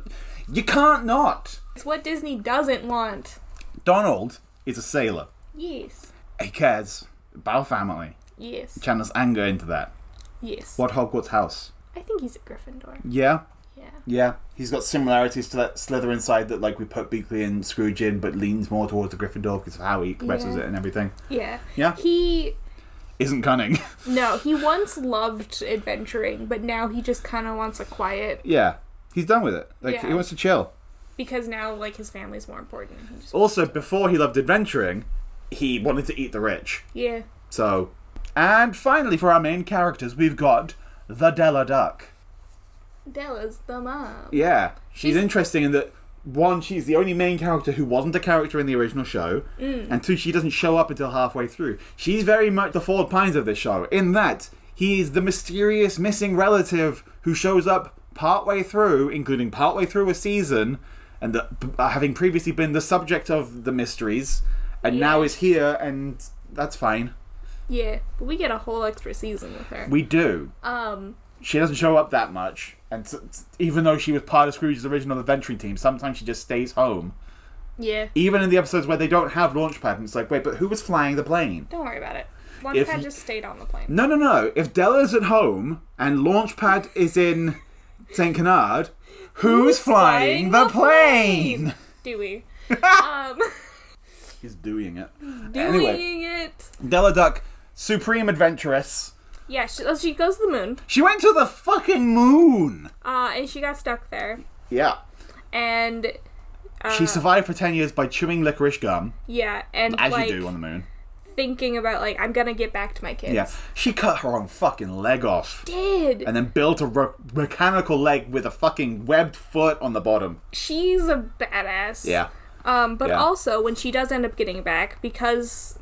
[SPEAKER 2] You can't not.
[SPEAKER 1] It's what Disney doesn't want.
[SPEAKER 2] Donald is a sailor.
[SPEAKER 1] Yes.
[SPEAKER 2] He cares about our family.
[SPEAKER 1] Yes.
[SPEAKER 2] Channels anger into that.
[SPEAKER 1] Yes.
[SPEAKER 2] What Hogwarts house?
[SPEAKER 1] I think he's a Gryffindor.
[SPEAKER 2] Yeah,
[SPEAKER 1] Yeah.
[SPEAKER 2] yeah. He's got similarities to that Slytherin side that, like, we put Beakley and Scrooge in, but leans more towards the Gryffindor because of how he expresses
[SPEAKER 1] Yeah.
[SPEAKER 2] it and everything.
[SPEAKER 1] Yeah.
[SPEAKER 2] Yeah.
[SPEAKER 1] He
[SPEAKER 2] Isn't cunning.
[SPEAKER 1] no, he once loved adventuring, but now he just kind of wants a quiet
[SPEAKER 2] yeah, he's done with it. Like,
[SPEAKER 1] Yeah.
[SPEAKER 2] he wants to chill.
[SPEAKER 1] because now like his family's more important. He just-
[SPEAKER 2] Also, before he loved adventuring, he wanted to eat the rich.
[SPEAKER 1] yeah.
[SPEAKER 2] So, and finally, for our main characters, we've got the Della Duck.
[SPEAKER 1] Della's the mom.
[SPEAKER 2] Yeah, she's, interesting in that one, she's the only main character who wasn't a character in the original show, and two, she doesn't show up until halfway through. She's very much the Ford Pines of this show in that he's the mysterious missing relative who shows up partway through, including partway through a season, and that p- uh, having previously been the subject of the mysteries, and now
[SPEAKER 1] Yeah.
[SPEAKER 2] is here, and that's fine.
[SPEAKER 1] Yeah. But we get a whole extra season with her.
[SPEAKER 2] We do.
[SPEAKER 1] um.
[SPEAKER 2] She doesn't show up that much, and s- s- even though she was part of Scrooge's original adventuring team, sometimes she just stays home.
[SPEAKER 1] Yeah.
[SPEAKER 2] even in the episodes where they don't have launch pad, and it's like, wait, but who was flying the plane?
[SPEAKER 1] Don't worry about it. One
[SPEAKER 2] If
[SPEAKER 1] pad
[SPEAKER 2] you-
[SPEAKER 1] just stayed on the plane.
[SPEAKER 2] No, no, no. If Della's at home and Launchpad is in St. Canard, who's, flying, the plane?
[SPEAKER 1] Do we? um.
[SPEAKER 2] She's doing it.
[SPEAKER 1] Doing
[SPEAKER 2] Anyway.
[SPEAKER 1] it.
[SPEAKER 2] Della Duck, supreme adventuress.
[SPEAKER 1] Yeah, she, oh, she goes to the moon,
[SPEAKER 2] She went to the fucking moon.
[SPEAKER 1] uh, and she got stuck there.
[SPEAKER 2] Yeah.
[SPEAKER 1] And
[SPEAKER 2] she survived for 10 years by chewing licorice gum,
[SPEAKER 1] yeah, and
[SPEAKER 2] as
[SPEAKER 1] like
[SPEAKER 2] you do on the moon.
[SPEAKER 1] thinking about like I'm gonna get back to my kids.
[SPEAKER 2] Yeah. She cut her own fucking leg off.
[SPEAKER 1] Did
[SPEAKER 2] And then built a ro- mechanical leg with a fucking webbed foot on the bottom.
[SPEAKER 1] she's a badass.
[SPEAKER 2] Yeah.
[SPEAKER 1] Um, but
[SPEAKER 2] Yeah.
[SPEAKER 1] also when she does end up getting back, because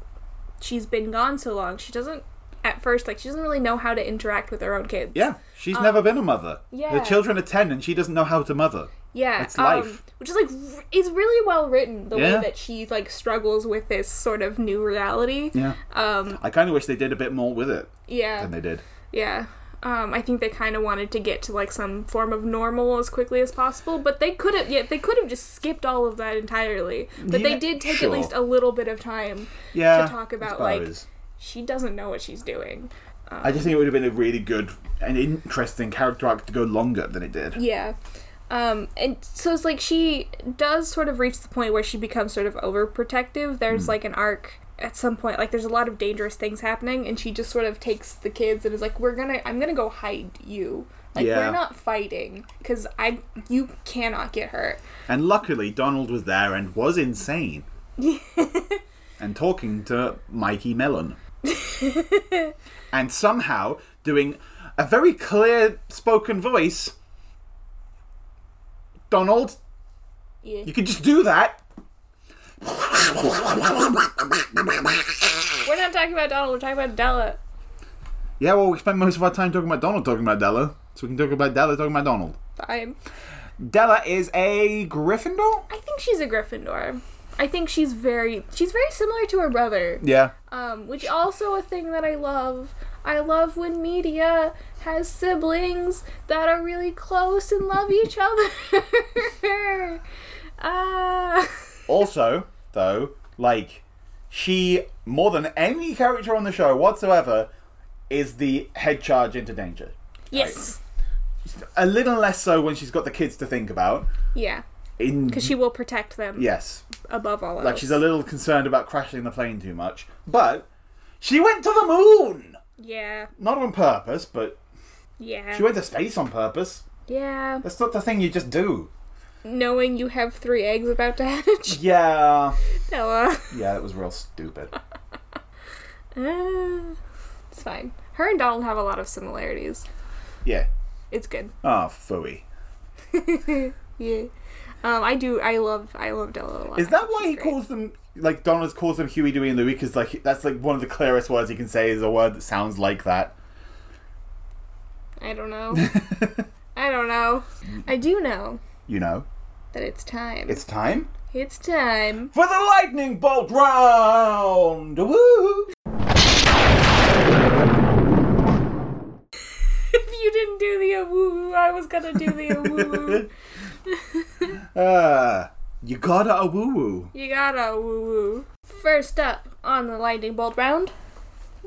[SPEAKER 1] she's been gone so long, she doesn't at first like she doesn't really know how to interact with her own kids.
[SPEAKER 2] Yeah. She's never been a mother.
[SPEAKER 1] yeah.
[SPEAKER 2] Her children are 10 and she doesn't know how to mother.
[SPEAKER 1] yeah.
[SPEAKER 2] that's
[SPEAKER 1] um,
[SPEAKER 2] life.
[SPEAKER 1] which is like r- is really well written the
[SPEAKER 2] Yeah.
[SPEAKER 1] way that she like struggles with this sort of new reality.
[SPEAKER 2] Yeah.
[SPEAKER 1] Um,
[SPEAKER 2] I kind of wish they did a bit more with it
[SPEAKER 1] yeah,
[SPEAKER 2] than they did.
[SPEAKER 1] yeah. Um, I think they kind of wanted to get to like some form of normal as quickly as possible, but they could have yeah they could have just skipped all of that entirely. But
[SPEAKER 2] Yeah,
[SPEAKER 1] they did take
[SPEAKER 2] sure.
[SPEAKER 1] at least a little bit of time
[SPEAKER 2] Yeah.
[SPEAKER 1] talk
[SPEAKER 2] I
[SPEAKER 1] about, like,
[SPEAKER 2] suppose.
[SPEAKER 1] she doesn't know what she's doing.
[SPEAKER 2] I just
[SPEAKER 1] um,
[SPEAKER 2] think it would have been a really good and interesting character arc to go longer than it did.
[SPEAKER 1] Yeah. Um, and so it's like she does sort of reach the point where she becomes sort of overprotective.
[SPEAKER 2] Hmm.
[SPEAKER 1] There's like an arc at some point, like there's a lot of dangerous things happening, and she just sort of takes the kids and is like, "We're gonna, I'm gonna go hide you. Like
[SPEAKER 2] Yeah.
[SPEAKER 1] we're not fighting because I, you cannot get hurt."
[SPEAKER 2] And luckily, Donald was there and was insane. and talking to Mikey Mellon. and somehow doing a very clear spoken voice. Donald,
[SPEAKER 1] Yeah.
[SPEAKER 2] you can just do that.
[SPEAKER 1] We're not talking about Donald. We're talking about Della.
[SPEAKER 2] Yeah, well, we spent most of our time talking about Donald talking about Della. So we can talk about Della talking about Donald.
[SPEAKER 1] Fine.
[SPEAKER 2] Della is a Gryffindor?
[SPEAKER 1] I think she's a Gryffindor. I think she's very, she's very similar to her brother.
[SPEAKER 2] Yeah.
[SPEAKER 1] um, which also a thing that I love. I love when media has siblings that are really close and love each other. uh,
[SPEAKER 2] Also, though, like she more than any character on the show whatsoever is the head charge into danger.
[SPEAKER 1] yes,
[SPEAKER 2] A little less so when she's got the kids to think about.
[SPEAKER 1] yeah,
[SPEAKER 2] In
[SPEAKER 1] because she will protect them
[SPEAKER 2] yes,
[SPEAKER 1] above all else.
[SPEAKER 2] like she's a little concerned about crashing the plane too much, but she went to the moon.
[SPEAKER 1] yeah,
[SPEAKER 2] Not on purpose, but
[SPEAKER 1] yeah,
[SPEAKER 2] she went to space on purpose.
[SPEAKER 1] yeah.
[SPEAKER 2] That's not the thing you just do.
[SPEAKER 1] Knowing you have three eggs about to hatch,
[SPEAKER 2] Yeah,
[SPEAKER 1] Ella.
[SPEAKER 2] yeah, that was real stupid.
[SPEAKER 1] Uh, it's fine. Her and Donald have a lot of similarities.
[SPEAKER 2] Yeah.
[SPEAKER 1] It's good.
[SPEAKER 2] Ah, phooey.
[SPEAKER 1] Yeah. Um, I do. I love. I love Della a lot.
[SPEAKER 2] Is that why
[SPEAKER 1] She's
[SPEAKER 2] he
[SPEAKER 1] great.
[SPEAKER 2] calls them like Donald calls them Huey, Dewey, and Louie? Because like that's like one of the clearest words he can say is a word that sounds like that.
[SPEAKER 1] I don't know. I don't know. I do know
[SPEAKER 2] You know,
[SPEAKER 1] that it's time.
[SPEAKER 2] it's time
[SPEAKER 1] It's time.
[SPEAKER 2] for the lightning bolt round. Woo!
[SPEAKER 1] if you didn't do the uh, woo woo, I was gonna do the uh, woo woo.
[SPEAKER 2] Uh, you gotta a woo woo.
[SPEAKER 1] You gotta woo woo. First up on the lightning bolt round,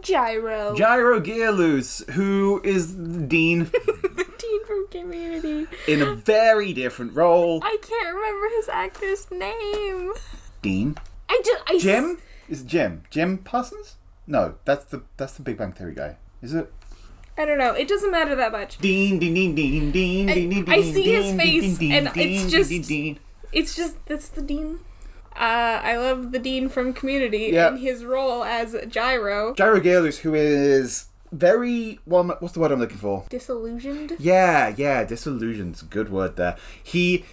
[SPEAKER 1] Gyro.
[SPEAKER 2] Gyro Gearloose, who is Dean
[SPEAKER 1] the teen from Community.
[SPEAKER 2] in a very different role.
[SPEAKER 1] I can't remember his actor's name.
[SPEAKER 2] Dean
[SPEAKER 1] I just I s-
[SPEAKER 2] Jim is it Jim Jim Parsons? No, that's the that's the Big Bang Theory guy. Is it?
[SPEAKER 1] I don't know. It doesn't matter that much.
[SPEAKER 2] Dean, Dean, Dean, Dean, Dean, Dean, Dean,
[SPEAKER 1] I see his
[SPEAKER 2] Dean,
[SPEAKER 1] face,
[SPEAKER 2] Dean,
[SPEAKER 1] and
[SPEAKER 2] Dean,
[SPEAKER 1] it's
[SPEAKER 2] Dean,
[SPEAKER 1] just-
[SPEAKER 2] Dean, Dean.
[SPEAKER 1] It's just that's the dean. Uh, I love the dean from Community
[SPEAKER 2] Yeah.
[SPEAKER 1] in his role as Gyro.
[SPEAKER 2] Gyro Gailus, who is very well, m- what's the word I'm looking for?
[SPEAKER 1] Disillusioned.
[SPEAKER 2] Yeah, yeah, disillusioned's a good word there. He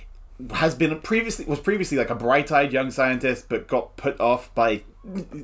[SPEAKER 2] has been previously was previously like a bright-eyed young scientist, but got put off by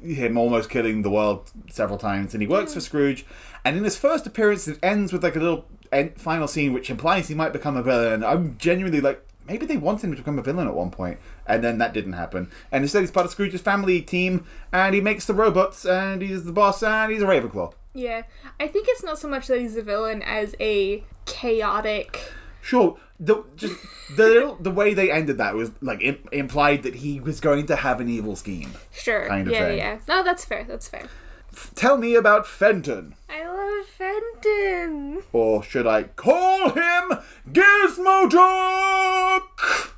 [SPEAKER 2] him almost killing the world several times, and he works for Scrooge. And in his first appearance, it ends with like a little en- final scene, which implies he might become a villain. I'm genuinely like. Maybe they wanted him to become a villain at one point, and then that didn't happen. And instead, he's part of Scrooge's family team, and he makes the robots, and he's the boss, and he's a Ravenclaw.
[SPEAKER 1] Yeah, I think it's not so much that he's a villain as a chaotic.
[SPEAKER 2] Sure. The just the little, the way they ended that was like im- implied that he was going to have an evil scheme.
[SPEAKER 1] Sure.
[SPEAKER 2] Kind of
[SPEAKER 1] yeah,
[SPEAKER 2] thing.
[SPEAKER 1] yeah. No, that's fair. That's fair.
[SPEAKER 2] Tell me about Fenton,
[SPEAKER 1] I love Fenton.
[SPEAKER 2] or should I call him Gizmo Duck?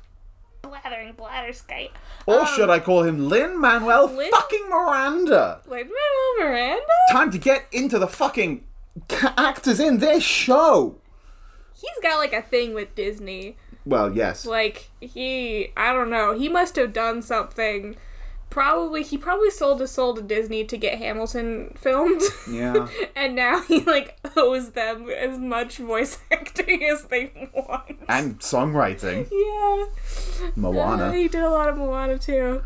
[SPEAKER 1] Glad gathering bladderskite.
[SPEAKER 2] Or should I call him Lin Manuel
[SPEAKER 1] Lin-
[SPEAKER 2] fucking Miranda?
[SPEAKER 1] Lin Manuel Miranda?
[SPEAKER 2] Time to get into the fucking ca- actors in this show.
[SPEAKER 1] He's got like a thing with Disney.
[SPEAKER 2] Well, yes.
[SPEAKER 1] Like he, I don't know. He must have done something. Probably he probably sold his soul to Disney to get Hamilton filmed.
[SPEAKER 2] Yeah.
[SPEAKER 1] and now he like owes them as much voice acting as they want.
[SPEAKER 2] And songwriting.
[SPEAKER 1] yeah. Uh,
[SPEAKER 2] Moana.
[SPEAKER 1] he did a lot of Moana too.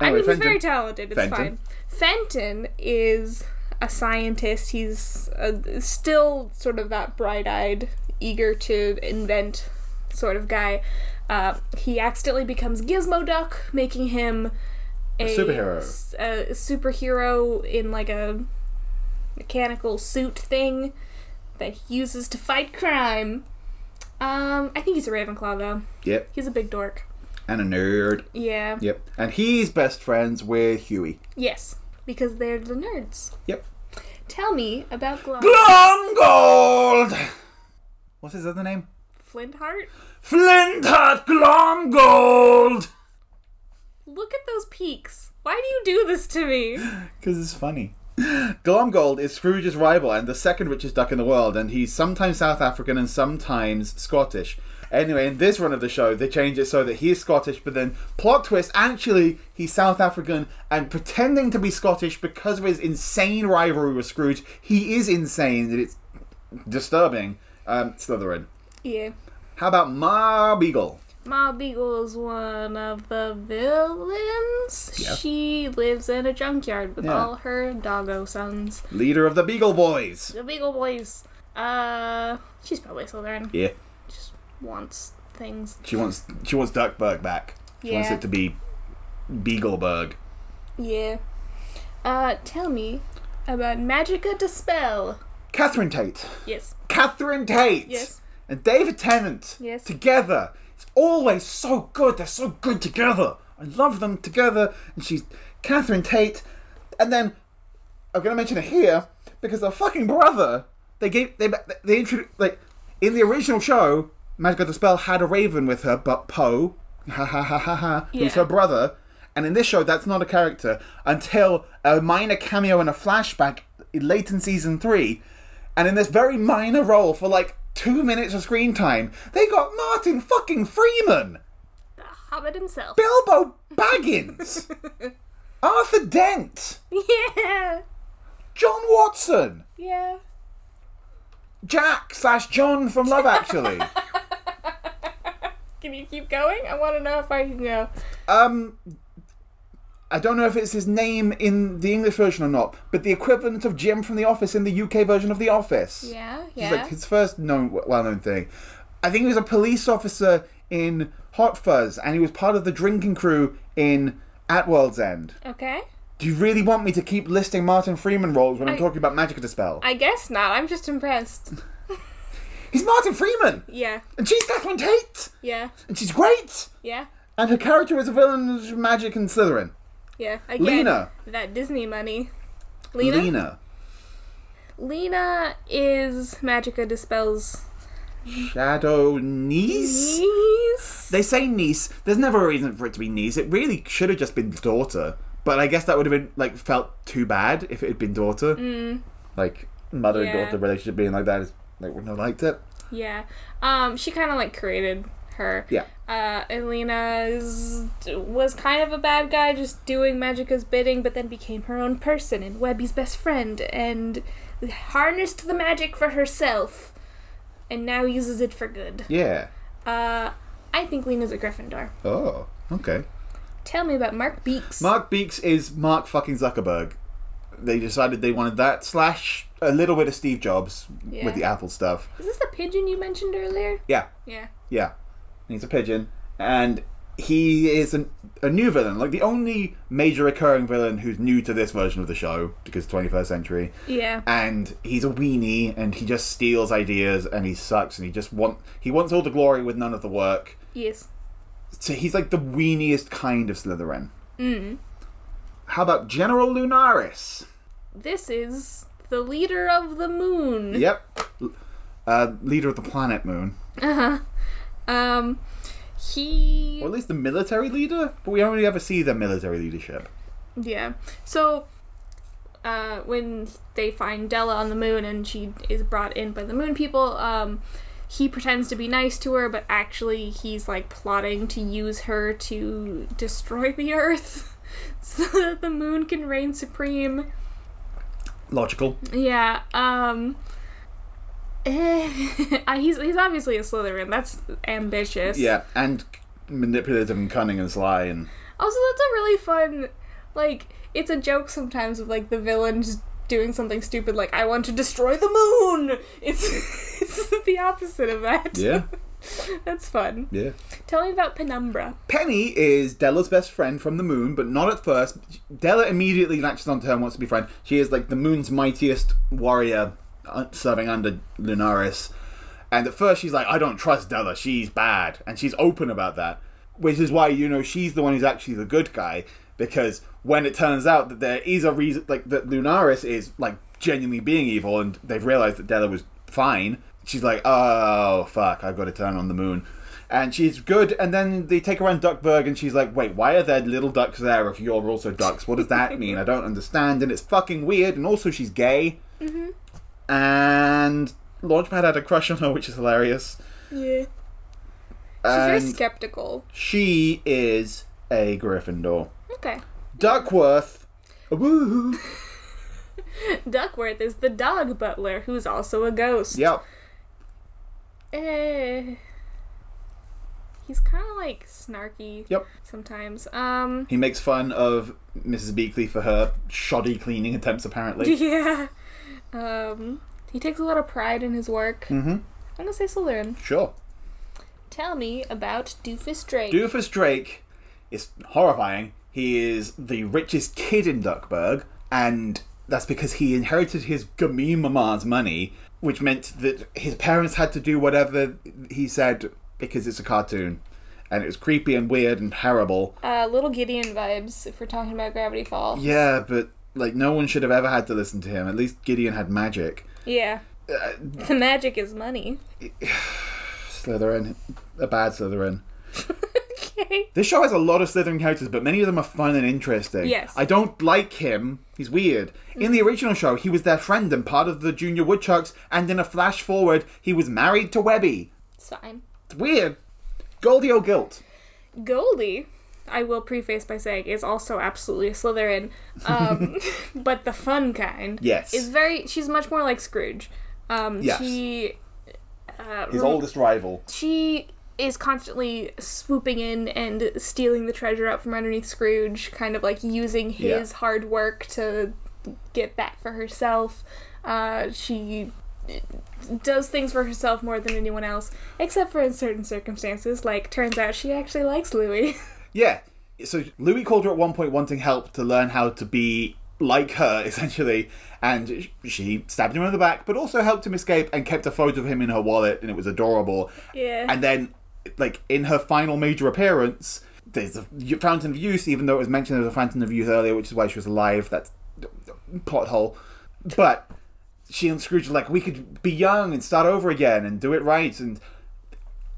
[SPEAKER 1] I
[SPEAKER 2] Anyway,
[SPEAKER 1] mean, he's very
[SPEAKER 2] Fenton.
[SPEAKER 1] talented. It's
[SPEAKER 2] Fenton.
[SPEAKER 1] fine. Fenton is a scientist. He's uh still sort of that bright-eyed, eager to invent sort of guy. Uh, he accidentally becomes Gizmo Duck, making him a,
[SPEAKER 2] superhero.
[SPEAKER 1] s- A superhero in like a mechanical suit thing that he uses to fight crime. Um, I think he's a Ravenclaw though.
[SPEAKER 2] Yep.
[SPEAKER 1] He's a big dork.
[SPEAKER 2] And a nerd.
[SPEAKER 1] Yeah.
[SPEAKER 2] Yep. And he's best friends with Huey.
[SPEAKER 1] Yes, because they're the nerds.
[SPEAKER 2] Yep.
[SPEAKER 1] Tell me about Glob.
[SPEAKER 2] Glomgold! What's his other name?
[SPEAKER 1] Flintheart.
[SPEAKER 2] Flintheart Glomgold!
[SPEAKER 1] Look at those peaks. Why do you do this to me?
[SPEAKER 2] Because it's funny. Glomgold is Scrooge's rival and the second richest duck in the world, and he's sometimes South African and sometimes Scottish. Anyway, in this run of the show, they change it so that he's Scottish, but then plot twist, actually, he's South African and pretending to be Scottish because of his insane rivalry with Scrooge. He is insane, and it's disturbing. Um, Slytherin.
[SPEAKER 1] Yeah.
[SPEAKER 2] How about Ma Beagle?
[SPEAKER 1] Ma Beagle is one of the villains.
[SPEAKER 2] Yeah.
[SPEAKER 1] She lives in a junkyard with
[SPEAKER 2] Yeah.
[SPEAKER 1] all her doggo sons.
[SPEAKER 2] Leader of the Beagle Boys.
[SPEAKER 1] The Beagle Boys. Uh, she's probably a Slytherin.
[SPEAKER 2] Yeah.
[SPEAKER 1] Just wants things.
[SPEAKER 2] She wants she wants Duckburg back. She wants
[SPEAKER 1] Yeah.
[SPEAKER 2] it to be Beagleburg.
[SPEAKER 1] Yeah. Uh, tell me about Magica Dispel.
[SPEAKER 2] Catherine Tate.
[SPEAKER 1] Yes.
[SPEAKER 2] Catherine Tate.
[SPEAKER 1] Yes.
[SPEAKER 2] And David Tennant.
[SPEAKER 1] Yes.
[SPEAKER 2] Together. It's always so good. They're so good together. I love them together. And she's Catherine Tate. And then I'm gonna mention it here because their fucking brother. They gave they they introduced like in the original show. Magic of the Spell had a raven with her, but Poe, ha ha ha ha ha, who's
[SPEAKER 1] Yeah.
[SPEAKER 2] her brother. And in this show, that's not a character until a minor cameo in a flashback late in season three. And in this very minor role for like two minutes of screen time, they got Martin fucking Freeman,
[SPEAKER 1] The Hobbit himself.
[SPEAKER 2] Bilbo Baggins, Arthur Dent,
[SPEAKER 1] yeah.
[SPEAKER 2] John Watson.
[SPEAKER 1] Yeah.
[SPEAKER 2] Jack slash John from Love Actually.
[SPEAKER 1] Can you keep going? I want to know if I can go.
[SPEAKER 2] um, I don't know if it's his name in the English version or not, but the equivalent of Jim from The Office in the UK version of The Office.
[SPEAKER 1] Yeah,
[SPEAKER 2] It's
[SPEAKER 1] yeah.
[SPEAKER 2] like his first known, well-known thing. I think he was a police officer in Hot Fuzz, and he was part of the drinking crew in At World's End.
[SPEAKER 1] okay.
[SPEAKER 2] Do you really want me to keep listing Martin Freeman roles when I...
[SPEAKER 1] I-
[SPEAKER 2] am talking about Magic of the Spell?
[SPEAKER 1] I guess not. I'm just impressed.
[SPEAKER 2] He's Martin Freeman,
[SPEAKER 1] Yeah,
[SPEAKER 2] and she's Catherine Tate,
[SPEAKER 1] yeah,
[SPEAKER 2] and she's great,
[SPEAKER 1] yeah,
[SPEAKER 2] and her character is a villain of Magic and Slytherin.
[SPEAKER 1] yeah. Again,
[SPEAKER 2] Lena.
[SPEAKER 1] That Disney money. Lena? Lena, is Magica Dispel's
[SPEAKER 2] Shadow niece?
[SPEAKER 1] niece.
[SPEAKER 2] They say niece. There's never a reason for it to be niece. It really should have just been daughter. But I guess that would have been like felt too bad if it had been daughter. Like mother
[SPEAKER 1] Mm. Yeah.
[SPEAKER 2] and daughter relationship being like that is like wouldn't have liked it.
[SPEAKER 1] Yeah. Um, she kind of like created her.
[SPEAKER 2] Yeah.
[SPEAKER 1] Uh, and Lena is, was kind of a bad guy, just doing Magica's bidding, but then became her own person and Webby's best friend, and harnessed the magic for herself, and now uses it for good.
[SPEAKER 2] Yeah.
[SPEAKER 1] Uh, I think Lena's a Gryffindor.
[SPEAKER 2] Oh. Okay.
[SPEAKER 1] Tell me about Mark Beeks.
[SPEAKER 2] Mark Beeks is Mark fucking Zuckerberg. They decided they wanted that slash a little bit of Steve Jobs
[SPEAKER 1] Yeah.
[SPEAKER 2] with the Apple stuff.
[SPEAKER 1] is this the pigeon you mentioned earlier?
[SPEAKER 2] Yeah.
[SPEAKER 1] Yeah.
[SPEAKER 2] Yeah. And he's a pigeon. And he is an, a new villain. Like, the only major recurring villain who's new to this version of the show, because 21st century.
[SPEAKER 1] Yeah.
[SPEAKER 2] Uh, And he's a weenie, and he just steals ideas, and he sucks, and he just want he wants all the glory with none of the work.
[SPEAKER 1] Yes.
[SPEAKER 2] So he's like the weeniest kind of Slytherin. Mm. How about General Lunaris?
[SPEAKER 1] This is the leader of the moon.
[SPEAKER 2] yep, L- uh, leader of the planet Moon.
[SPEAKER 1] Um, He
[SPEAKER 2] Or at least the military leader? But we don't really ever see the military leadership.
[SPEAKER 1] Yeah. So uh, when they find Della on the moon and she is brought in by the moon people, um, he pretends to be nice to her, but actually he's like plotting to use her to destroy the Earth so that the moon can reign supreme.
[SPEAKER 2] Logical.
[SPEAKER 1] Yeah. Um, eh, he's he's obviously a Slytherin. That's ambitious.
[SPEAKER 2] Yeah, and manipulative and cunning and sly and
[SPEAKER 1] Also, that's a really fun. Like, it's a joke sometimes of like the villain just doing something stupid, like "I want to destroy the moon." It's it's the opposite of that.
[SPEAKER 2] Yeah.
[SPEAKER 1] that's fun.
[SPEAKER 2] Yeah.
[SPEAKER 1] Tell me about Penumbra.
[SPEAKER 2] Penny is Della's best friend from the moon, but not at first. Della immediately latches onto her and wants to be friends. She is like the moon's mightiest warrior uh, serving under Lunaris. And at first, she's like, I don't trust Della, she's bad. And she's open about that. Which is why, you know, she's the one who's actually the good guy. Because when it turns out that there is a reason, like, that Lunaris is, like, genuinely being evil and they've realized that Della was fine, she's like, oh, fuck, I've got to turn on the moon and she's good. And then they take her around Duckburg, and she's like, "Wait, why are there little ducks there if you're also ducks? What does that mean? I don't understand." And it's fucking weird. And also, she's gay. Mm-hmm. And Launchpad had a crush on her, which is hilarious.
[SPEAKER 1] Yeah. She's very
[SPEAKER 2] And
[SPEAKER 1] skeptical.
[SPEAKER 2] she is a Gryffindor.
[SPEAKER 1] Okay.
[SPEAKER 2] Duckworth. Woo.
[SPEAKER 1] Duckworth is the dog butler, who's also a ghost.
[SPEAKER 2] Yep.
[SPEAKER 1] Eh. He's kind of like snarky.
[SPEAKER 2] Yep.
[SPEAKER 1] Sometimes. Um.
[SPEAKER 2] He makes fun of Mrs. Beakley for her shoddy cleaning attempts, apparently.
[SPEAKER 1] Yeah. Um. He takes a lot of pride in his work.
[SPEAKER 2] mm-hmm.
[SPEAKER 1] I'm gonna say Slytherin.
[SPEAKER 2] Sure.
[SPEAKER 1] Tell me about Doofus Drake.
[SPEAKER 2] Doofus Drake is horrifying. He is the richest kid in Duckburg, and that's because he inherited his gummy mama's money, which meant that his parents had to do whatever he said because it's a cartoon. And it was creepy and weird and terrible.
[SPEAKER 1] uh, little Gideon vibes if we're talking about Gravity Falls.
[SPEAKER 2] Yeah, but like no one should have ever had to listen to him. At least Gideon had magic.
[SPEAKER 1] Yeah.
[SPEAKER 2] Uh,
[SPEAKER 1] the magic is money.
[SPEAKER 2] Slytherin, a bad Slytherin.
[SPEAKER 1] okay.
[SPEAKER 2] This show has a lot of Slytherin characters, but many of them are fun and interesting.
[SPEAKER 1] Yes.
[SPEAKER 2] I don't like him. He's weird. In the original show, he was their friend and part of the Junior Woodchucks, and in a flash forward, he was married to Webby.
[SPEAKER 1] It's fine.
[SPEAKER 2] It's weird. Goldie O'Gilt.
[SPEAKER 1] Goldie, I will preface by saying, is also absolutely a Slytherin, um, but the fun kind.
[SPEAKER 2] Yes.
[SPEAKER 1] Is very. She's much more like Scrooge. Um,
[SPEAKER 2] Yes.
[SPEAKER 1] She. Uh,
[SPEAKER 2] His
[SPEAKER 1] rem-
[SPEAKER 2] oldest rival.
[SPEAKER 1] she is constantly swooping in and stealing the treasure out from underneath Scrooge, kind of like using
[SPEAKER 2] Yeah.
[SPEAKER 1] his hard work to get that for herself. Uh, she does things for herself more than anyone else, except for in certain circumstances. Like, turns out she actually likes Louis.
[SPEAKER 2] Yeah. So Louis called her at one point wanting help to learn how to be like her, essentially, and sh- she stabbed him in the back, but also helped him escape and kept a photo of him in her wallet, and it was adorable.
[SPEAKER 1] Yeah.
[SPEAKER 2] And then, like, in her final major appearance, there's a y- Fountain of Youth, even though it was mentioned as a Fountain of Youth earlier, which is why she was alive. That's plot hole. But she and Scrooge are like, we could be young and start over again and do it right. And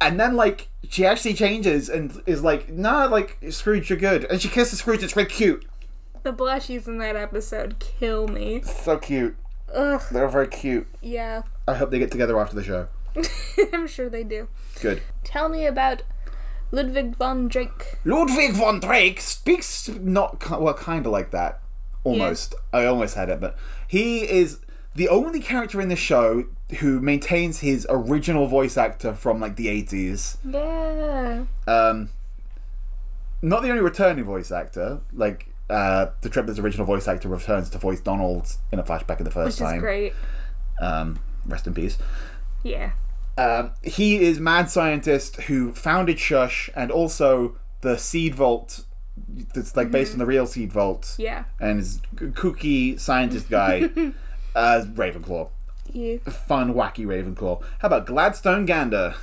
[SPEAKER 2] and then like she actually changes and is like, nah, like Scrooge, you're good. And she kisses Scrooge. It's really cute.
[SPEAKER 1] the blushies in that episode kill me.
[SPEAKER 2] So cute.
[SPEAKER 1] Ugh.
[SPEAKER 2] They're very cute.
[SPEAKER 1] Yeah,
[SPEAKER 2] I hope they get together after the show.
[SPEAKER 1] I'm sure they do.
[SPEAKER 2] Good.
[SPEAKER 1] Tell me about Ludwig von Drake.
[SPEAKER 2] Ludwig von Drake speaks not ki- well, kind of like that, almost. I almost had it, but he is the only character in the show who maintains his original voice actor from like the eighties.
[SPEAKER 1] Yeah.
[SPEAKER 2] Um, not the only returning voice actor. Like uh, the Triplets' original voice actor returns to voice Donald in a flashback of the first
[SPEAKER 1] Which
[SPEAKER 2] time.
[SPEAKER 1] is great.
[SPEAKER 2] Um, rest in peace.
[SPEAKER 1] Yeah.
[SPEAKER 2] Um, he is mad scientist who founded Shush and also the Seed Vault. That's like based on the real Seed Vault.
[SPEAKER 1] Yeah.
[SPEAKER 2] And is a kooky scientist guy, uh, Ravenclaw,
[SPEAKER 1] You.
[SPEAKER 2] fun wacky Ravenclaw. How about Gladstone Gander,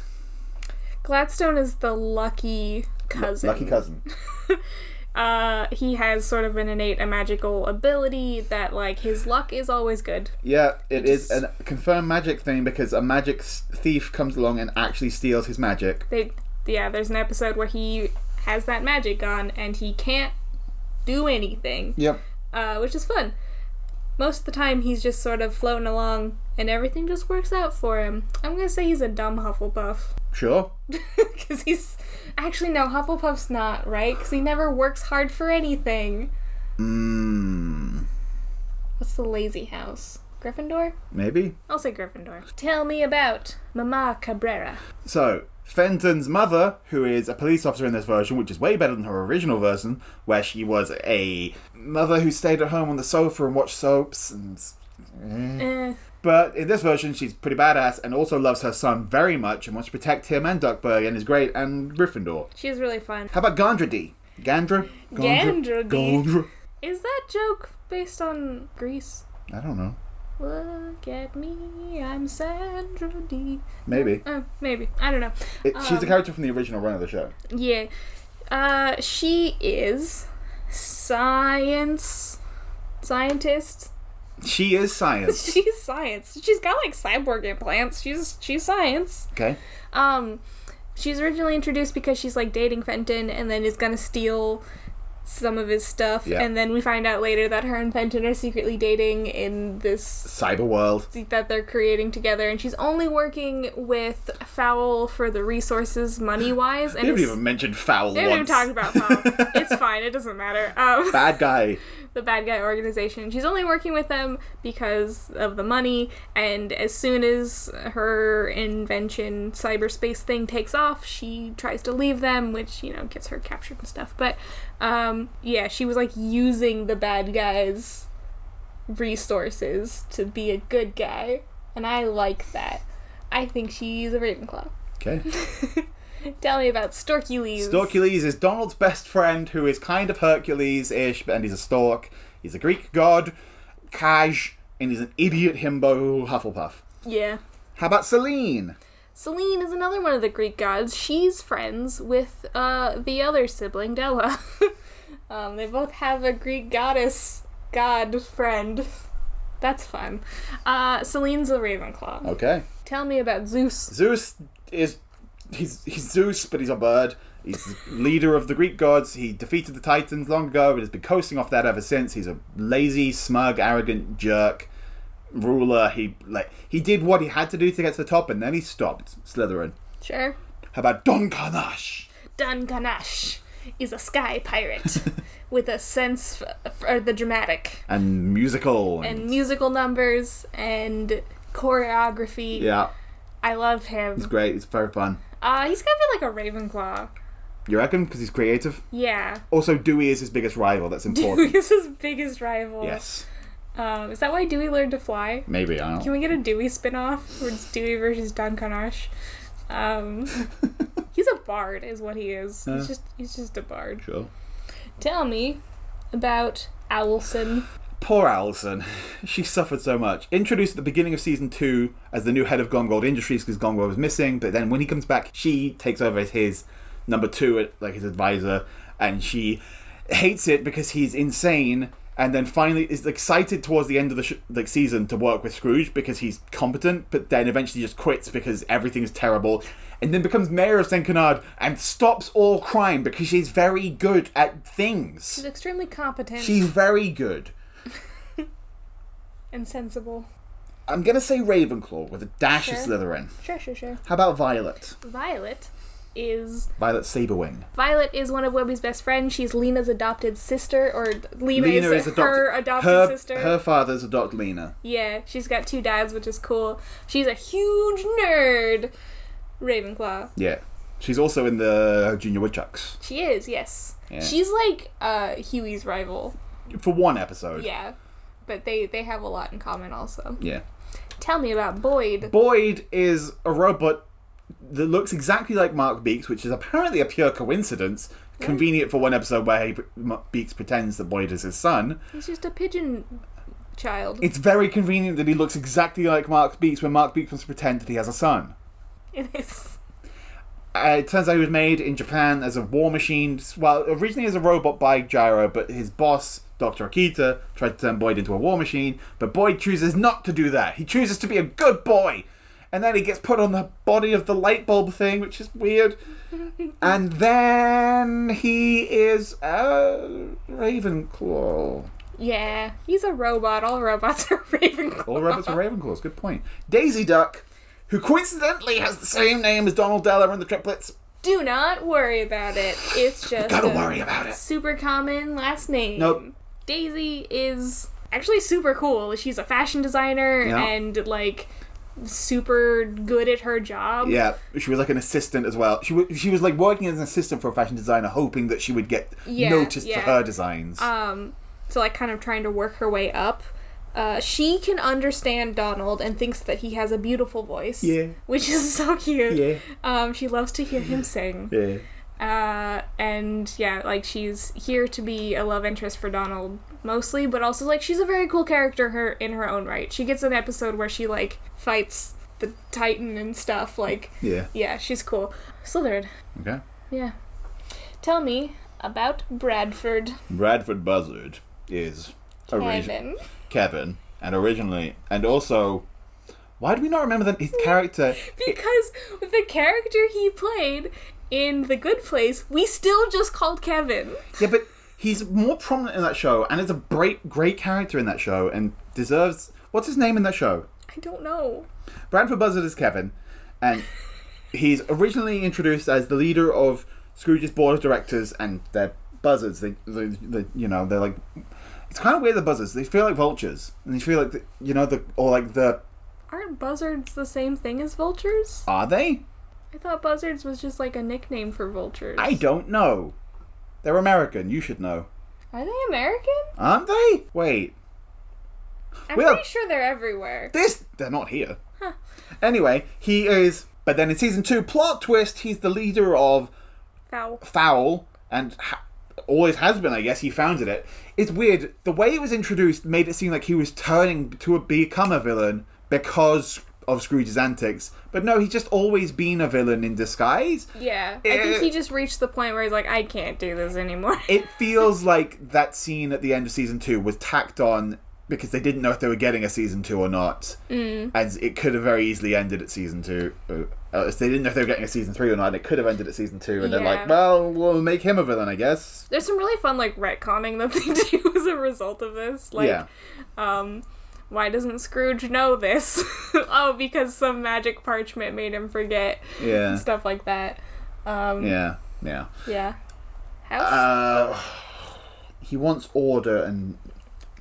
[SPEAKER 1] Gladstone is the lucky cousin.
[SPEAKER 2] lucky cousin?
[SPEAKER 1] Uh, he has sort of an innate a magical ability that like his luck is always good.
[SPEAKER 2] Yeah, it is a confirmed magic thing because a magic s- thief comes along and actually steals his magic.
[SPEAKER 1] They yeah, there's an episode where he has that magic on and he can't do anything,
[SPEAKER 2] Yep.
[SPEAKER 1] uh, which is fun. Most of the time, he's just sort of floating along and everything just works out for him. I'm gonna say he's a dumb Hufflepuff.
[SPEAKER 2] Sure.
[SPEAKER 1] Because he's. Actually, no, Hufflepuff's not, right? Because he never works hard for anything.
[SPEAKER 2] Mm,
[SPEAKER 1] What's the lazy house? Gryffindor?
[SPEAKER 2] maybe.
[SPEAKER 1] I'll say Gryffindor. Tell me about Mama Cabrera.
[SPEAKER 2] So, Fenton's mother, who is a police officer in this version, which is way better than her original version, where she was a mother who stayed at home on the sofa and watched soaps and.
[SPEAKER 1] Eh.
[SPEAKER 2] But in this version, she's pretty badass and also loves her son very much and wants to protect him and Duckburg and is great and Gryffindor.
[SPEAKER 1] She's really fun.
[SPEAKER 2] How about Gandra D? Gandra?
[SPEAKER 1] Gandra D.
[SPEAKER 2] Gandra.
[SPEAKER 1] Is that joke based on Greece?
[SPEAKER 2] I don't know.
[SPEAKER 1] Look at me, I'm Sandra D.
[SPEAKER 2] Maybe.
[SPEAKER 1] Oh, maybe. I don't know.
[SPEAKER 2] It, she's
[SPEAKER 1] Um.
[SPEAKER 2] a character from the original run of the show.
[SPEAKER 1] Yeah. Uh, she is science. Scientist.
[SPEAKER 2] She is science.
[SPEAKER 1] She's science. She's got like cyborg implants. She's she's science.
[SPEAKER 2] Okay.
[SPEAKER 1] Um, she's originally introduced because she's like dating Fenton and then is gonna steal some of his stuff.
[SPEAKER 2] Yeah.
[SPEAKER 1] And then we find out later that her and Fenton are secretly dating in this
[SPEAKER 2] Cyber world.
[SPEAKER 1] that they're creating together. And she's only working with Fowl for the resources money wise. And
[SPEAKER 2] They haven't
[SPEAKER 1] it's-
[SPEAKER 2] even mentioned foul
[SPEAKER 1] they haven't even
[SPEAKER 2] once.
[SPEAKER 1] talked about Fowl. it's fine. It doesn't matter. Um,
[SPEAKER 2] Bad guy.
[SPEAKER 1] the bad guy organization. She's only working with them because of the money, and as soon as her invention cyberspace thing takes off, she tries to leave them, which, you know, gets her captured and stuff. But um yeah, she was like using the bad guy's resources to be a good guy, and I like that. I think she's a Ravenclaw.
[SPEAKER 2] Okay.
[SPEAKER 1] Tell me about Storkules.
[SPEAKER 2] Storkules is Donald's best friend, who is kind of Hercules ish, and he's a stork. He's a Greek god, Kaj, and he's an idiot himbo Hufflepuff.
[SPEAKER 1] Yeah.
[SPEAKER 2] How about Celine?
[SPEAKER 1] Selene is another one of the Greek gods. She's friends with uh, the other sibling, Della. um, they both have a Greek goddess god friend. That's fun. Uh, Selene's a Ravenclaw.
[SPEAKER 2] Okay.
[SPEAKER 1] Tell me about Zeus.
[SPEAKER 2] Zeus is he's he's Zeus, but he's a bird. He's the leader of the Greek gods. He defeated the Titans long ago, and has been coasting off that ever since. He's a lazy, smug, arrogant jerk ruler. He like he did what he had to do to get to the top, and then he stopped Slytherin.
[SPEAKER 1] Sure.
[SPEAKER 2] How about Don Carnash?
[SPEAKER 1] Dan Ganache is a sky pirate with a sense f- for the dramatic
[SPEAKER 2] and musical and,
[SPEAKER 1] and musical numbers and choreography.
[SPEAKER 2] yeah
[SPEAKER 1] I love
[SPEAKER 2] it's
[SPEAKER 1] him.
[SPEAKER 2] great it's very fun
[SPEAKER 1] Uh, he's gonna be like a Ravenclaw.
[SPEAKER 2] you reckon because he's creative
[SPEAKER 1] Yeah.
[SPEAKER 2] also dewey is his biggest rival that's important
[SPEAKER 1] Dewey's his biggest rival.
[SPEAKER 2] yes
[SPEAKER 1] Um, is that why Dewey learned to fly?
[SPEAKER 2] maybe i don't
[SPEAKER 1] Can we get a Dewey spinoff where it's Dewey versus Don Carnash? Um, he's a bard, is what he is.
[SPEAKER 2] Yeah.
[SPEAKER 1] He's just he's just a bard.
[SPEAKER 2] sure
[SPEAKER 1] Tell me about Owlson.
[SPEAKER 2] poor Alison. She suffered so much. Introduced at the beginning of season two as the new head of Gongold Industries because Gongold was missing, but then when he comes back, she takes over as his number two, like his advisor, and she hates it because he's insane. And then finally is excited towards the end of the sh- like season to work with Scrooge because he's competent, but then eventually just quits because everything is terrible, and then becomes mayor of Saint Canard and stops all crime because she's very good at things.
[SPEAKER 1] He's extremely competent
[SPEAKER 2] She's very good.
[SPEAKER 1] and sensible.
[SPEAKER 2] I'm gonna say Ravenclaw with a dash of
[SPEAKER 1] Sure.
[SPEAKER 2] Slytherin.
[SPEAKER 1] Sure, sure, sure.
[SPEAKER 2] How about Violet?
[SPEAKER 1] Violet is
[SPEAKER 2] Violet Saberwing.
[SPEAKER 1] Violet is one of Webby's best friends. She's Lena's adopted sister, or Lena, is, her adopted
[SPEAKER 2] her,
[SPEAKER 1] sister.
[SPEAKER 2] Her father's adopted Lena.
[SPEAKER 1] Yeah, she's got two dads, which is cool. She's a huge nerd. Ravenclaw.
[SPEAKER 2] Yeah, she's also in the Junior Woodchucks
[SPEAKER 1] She is, yes.
[SPEAKER 2] Yeah.
[SPEAKER 1] She's like uh Huey's rival.
[SPEAKER 2] for one episode.
[SPEAKER 1] Yeah. But they they have a lot in common also.
[SPEAKER 2] Yeah.
[SPEAKER 1] Tell me about Boyd.
[SPEAKER 2] Boyd is a robot that looks exactly like Mark Beeks, which is apparently a pure coincidence. Convenient for one episode where he, Beeks pretends that Boyd is his son.
[SPEAKER 1] He's just a pigeon child.
[SPEAKER 2] It's very convenient that he looks exactly like Mark Beeks when Mark Beeks wants to pretend that he has a son.
[SPEAKER 1] It is.
[SPEAKER 2] Uh, it turns out he was made in Japan as a war machine. Well, originally as a robot by Gyro, but his boss, Dr. Akita, tried to turn Boyd into a war machine. But Boyd chooses not to do that. He chooses to be a good boy and then he gets put on the body of the light bulb thing, which is weird. and then he is uh, Ravenclaw.
[SPEAKER 1] Yeah, he's a robot. All robots are Ravenclaw.
[SPEAKER 2] All robots are Ravenclaws. Good point. Daisy Duck, who coincidentally has the same name as Donald Della in the triplets.
[SPEAKER 1] Do not worry about it. It's just
[SPEAKER 2] Gotta
[SPEAKER 1] a
[SPEAKER 2] worry about it.
[SPEAKER 1] super common last name.
[SPEAKER 2] Nope.
[SPEAKER 1] Daisy is actually super cool. She's a fashion designer
[SPEAKER 2] Yeah.
[SPEAKER 1] and like super good at her job.
[SPEAKER 2] Yeah, she was like an assistant as well. She was, she was like working as an assistant for a fashion designer, hoping that she would get
[SPEAKER 1] Yeah,
[SPEAKER 2] noticed for
[SPEAKER 1] yeah.
[SPEAKER 2] her designs.
[SPEAKER 1] Um, so like kind of trying to work her way up. Uh, she can understand Donald and thinks that he has a beautiful voice.
[SPEAKER 2] Yeah.
[SPEAKER 1] Which is so cute.
[SPEAKER 2] Yeah.
[SPEAKER 1] Um, she loves to hear him sing.
[SPEAKER 2] yeah.
[SPEAKER 1] Uh, and yeah, like she's here to be a love interest for Donald mostly, but also like she's a very cool character her in her own right. She gets an episode where she like fights the Titan and stuff. Like
[SPEAKER 2] Yeah.
[SPEAKER 1] yeah, she's cool. Slytherin.
[SPEAKER 2] Okay.
[SPEAKER 1] Yeah. Tell me about Bradford
[SPEAKER 2] Bradford Buzzard is originally
[SPEAKER 1] Cannon.
[SPEAKER 2] Kevin, and originally, and also, why do we not remember that his character?
[SPEAKER 1] Because the character he played in The Good Place, we still just called Kevin.
[SPEAKER 2] Yeah, but he's more prominent in that show, and is a great, great character in that show, and deserves. What's his name in that show?
[SPEAKER 1] I don't know.
[SPEAKER 2] Bradford Buzzard is Kevin, and he's originally introduced as the leader of Scrooge's board of directors, and they're buzzards. They, they, they you know, they're like. It's kind of weird. The buzzards. They feel like vultures, and they feel like, the, you know, the or like the
[SPEAKER 1] Aren't buzzards the same thing as vultures?
[SPEAKER 2] are they?
[SPEAKER 1] I thought buzzards was just like a nickname for vultures.
[SPEAKER 2] I don't know. They're American. You should know,
[SPEAKER 1] Are they American?
[SPEAKER 2] aren't they? Wait,
[SPEAKER 1] I'm
[SPEAKER 2] Well-
[SPEAKER 1] pretty sure they're everywhere.
[SPEAKER 2] this they're not here. Anyway, he is. But then in season two, plot twist, he's the leader of
[SPEAKER 1] Foul.
[SPEAKER 2] Fowl and ha- always has been, I guess. He founded it. It's weird. The way it was introduced made it seem like he was turning to become a villain because of Scrooge's antics. But no, he's just always been a villain in disguise.
[SPEAKER 1] Yeah. I think he just reached the point where he's like, I can't do this anymore.
[SPEAKER 2] Eh. It feels like that scene at the end of season two was tacked on because they didn't know if they were getting a season two or not. Mm. And it could have very easily ended at season two. Uh, so they didn't know if they were getting a season three or not. It could have ended at season two. And they're
[SPEAKER 1] Yeah.
[SPEAKER 2] like, well, we'll make him a villain, I guess.
[SPEAKER 1] There's some really fun like retconning that they do as a result of this. Like
[SPEAKER 2] yeah.
[SPEAKER 1] um why doesn't Scrooge know this? oh, because some magic parchment made him forget.
[SPEAKER 2] Yeah.
[SPEAKER 1] and Stuff like that. Um yeah.
[SPEAKER 2] Yeah. Yeah.
[SPEAKER 1] House?
[SPEAKER 2] Uh, he wants order and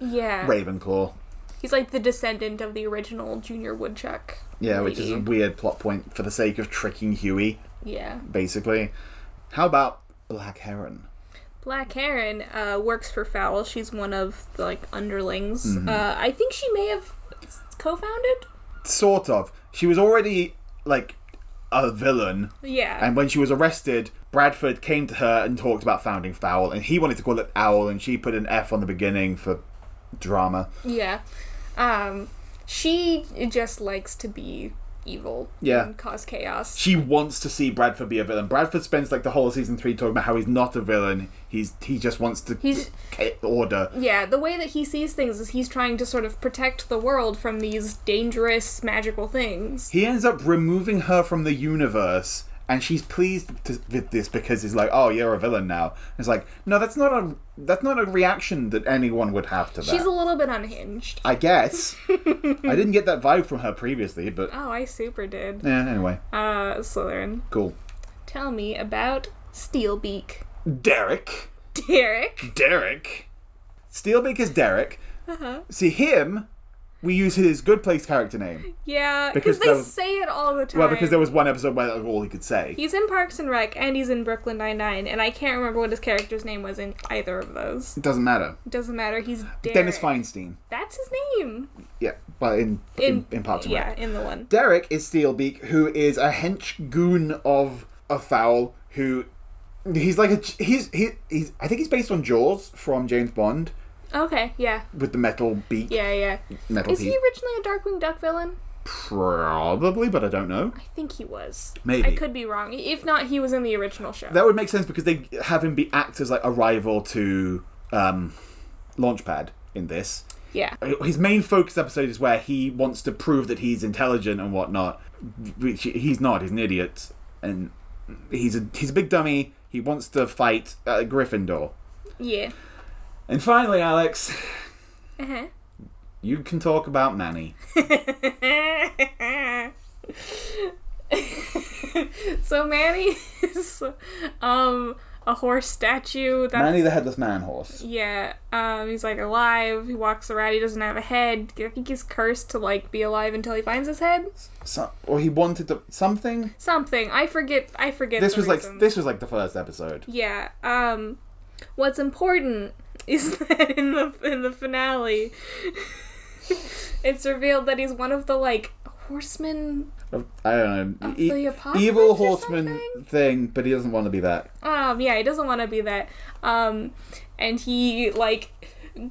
[SPEAKER 1] yeah.
[SPEAKER 2] Ravenclaw.
[SPEAKER 1] He's like the descendant of the original Junior Woodchuck.
[SPEAKER 2] Yeah, which is a
[SPEAKER 1] lady.
[SPEAKER 2] weird plot point for the sake of tricking Huey,
[SPEAKER 1] Yeah.
[SPEAKER 2] basically. How about Black Heron?
[SPEAKER 1] Black Heron uh, works for Fowl. She's one of the like underlings.
[SPEAKER 2] Mm-hmm.
[SPEAKER 1] Uh, I think she may have co-founded.
[SPEAKER 2] Sort of. She was already like a villain,
[SPEAKER 1] Yeah,
[SPEAKER 2] and when she was arrested, Bradford came to her and talked about founding Fowl, and he wanted to call it Owl, and she put an F on the beginning for drama.
[SPEAKER 1] yeah. Um, she just likes to be evil.
[SPEAKER 2] Yeah.
[SPEAKER 1] and cause chaos.
[SPEAKER 2] she wants to see Bradford be a villain. Bradford spends like the whole of season three talking about how he's not a villain. He's he just wants to
[SPEAKER 1] He's-
[SPEAKER 2] get order.
[SPEAKER 1] yeah, the way that he sees things is he's trying to sort of protect the world from these dangerous magical things.
[SPEAKER 2] He ends up removing her from the universe, and she's pleased to, with this because he's like, "Oh, you're a villain now." And it's like, no, that's not a that's not a reaction that anyone would have to that.
[SPEAKER 1] She's a little bit unhinged.
[SPEAKER 2] I guess I didn't get that vibe from her previously, but
[SPEAKER 1] Oh, I super did.
[SPEAKER 2] yeah. Anyway,
[SPEAKER 1] Uh, Slytherin,
[SPEAKER 2] cool.
[SPEAKER 1] tell me about Steelbeak.
[SPEAKER 2] Derek.
[SPEAKER 1] Derek.
[SPEAKER 2] Derek. Steelbeak is Derek.
[SPEAKER 1] Uh-huh.
[SPEAKER 2] See him. We use his good place character name.
[SPEAKER 1] Yeah, because
[SPEAKER 2] Because
[SPEAKER 1] they
[SPEAKER 2] there was-
[SPEAKER 1] say it all the time.
[SPEAKER 2] Well, because there was one episode where that was all he could say.
[SPEAKER 1] He's in Parks and Rec and he's in Brooklyn Nine Nine, and I can't remember what his character's name was in either of those.
[SPEAKER 2] It doesn't matter.
[SPEAKER 1] Doesn't matter. He's Derek.
[SPEAKER 2] Dennis Feinstein.
[SPEAKER 1] That's his name.
[SPEAKER 2] Yeah, but in in, in Parks and
[SPEAKER 1] yeah,
[SPEAKER 2] Rec.
[SPEAKER 1] in the one.
[SPEAKER 2] Derek is Steelbeak, who is a hench goon of a fowl. Who he's like a he's he, he's I think he's based on Jaws from James Bond
[SPEAKER 1] Okay, yeah,
[SPEAKER 2] with the metal beak,
[SPEAKER 1] yeah, yeah.
[SPEAKER 2] metal
[SPEAKER 1] Is he
[SPEAKER 2] teeth.
[SPEAKER 1] originally a Darkwing Duck villain?
[SPEAKER 2] Probably, but I don't know.
[SPEAKER 1] I think he was.
[SPEAKER 2] Maybe.
[SPEAKER 1] I could be wrong. If not, he was in the original show.
[SPEAKER 2] That would make sense because they have him be act as like a rival to um, Launchpad in this.
[SPEAKER 1] Yeah.
[SPEAKER 2] His main focus episode is where he wants to prove that he's intelligent and whatnot. Which he's not. He's an idiot, and he's a he's a big dummy. He wants to fight uh, Gryffindor.
[SPEAKER 1] Yeah.
[SPEAKER 2] And finally, Alex,
[SPEAKER 1] Uh-huh.
[SPEAKER 2] you can talk about Manny.
[SPEAKER 1] so Manny is um a horse statue that's
[SPEAKER 2] Manny the headless man horse.
[SPEAKER 1] yeah um he's like alive he walks around he doesn't have a head i think he's cursed to like be alive until he finds his head
[SPEAKER 2] So, or he wanted to something.
[SPEAKER 1] something i forget i forget
[SPEAKER 2] This
[SPEAKER 1] the
[SPEAKER 2] was like
[SPEAKER 1] reason.
[SPEAKER 2] this was like the first episode.
[SPEAKER 1] yeah um what's important is that in the in the finale it's revealed that he's one of the like horsemen
[SPEAKER 2] I don't know. e-
[SPEAKER 1] the apocalypse
[SPEAKER 2] evil
[SPEAKER 1] or
[SPEAKER 2] horseman
[SPEAKER 1] something?
[SPEAKER 2] thing, but he doesn't want to be that.
[SPEAKER 1] Um, yeah, he doesn't want to be that. Um, and he like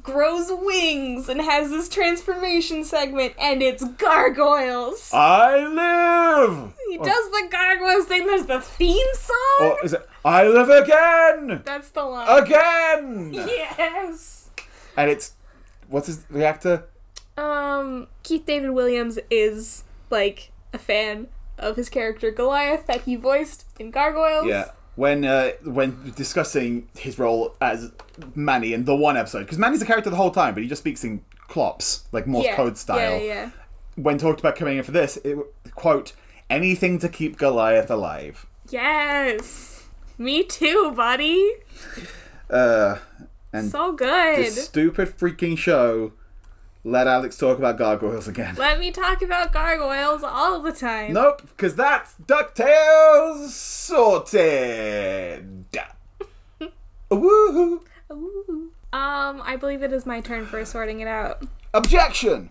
[SPEAKER 1] grows wings and has this transformation segment, and it's gargoyles.
[SPEAKER 2] Oh. I live.
[SPEAKER 1] he does the gargoyles thing. There's the theme song.
[SPEAKER 2] Or is it I live again?
[SPEAKER 1] That's the line.
[SPEAKER 2] Again.
[SPEAKER 1] Yes.
[SPEAKER 2] And it's what's his the actor?
[SPEAKER 1] Um, Keith David Williams is like a fan of his character Goliath that he voiced in Gargoyles.
[SPEAKER 2] Yeah. When uh, when discussing his role as Manny in the one episode, because Manny's a character the whole time, but he just speaks in clops, like Morse
[SPEAKER 1] Yeah.
[SPEAKER 2] code style.
[SPEAKER 1] Yeah, yeah.
[SPEAKER 2] When talked about coming in for this, it quote anything to keep Goliath alive.
[SPEAKER 1] Yes. Me too, buddy.
[SPEAKER 2] Uh,
[SPEAKER 1] So good.
[SPEAKER 2] this stupid freaking show. Let Alex talk about gargoyles again.
[SPEAKER 1] Let me talk about gargoyles all the time.
[SPEAKER 2] Nope, because that's DuckTales sorted. Woohoo!
[SPEAKER 1] Ooh. Um, I believe it is my turn for sorting it out.
[SPEAKER 2] Objection!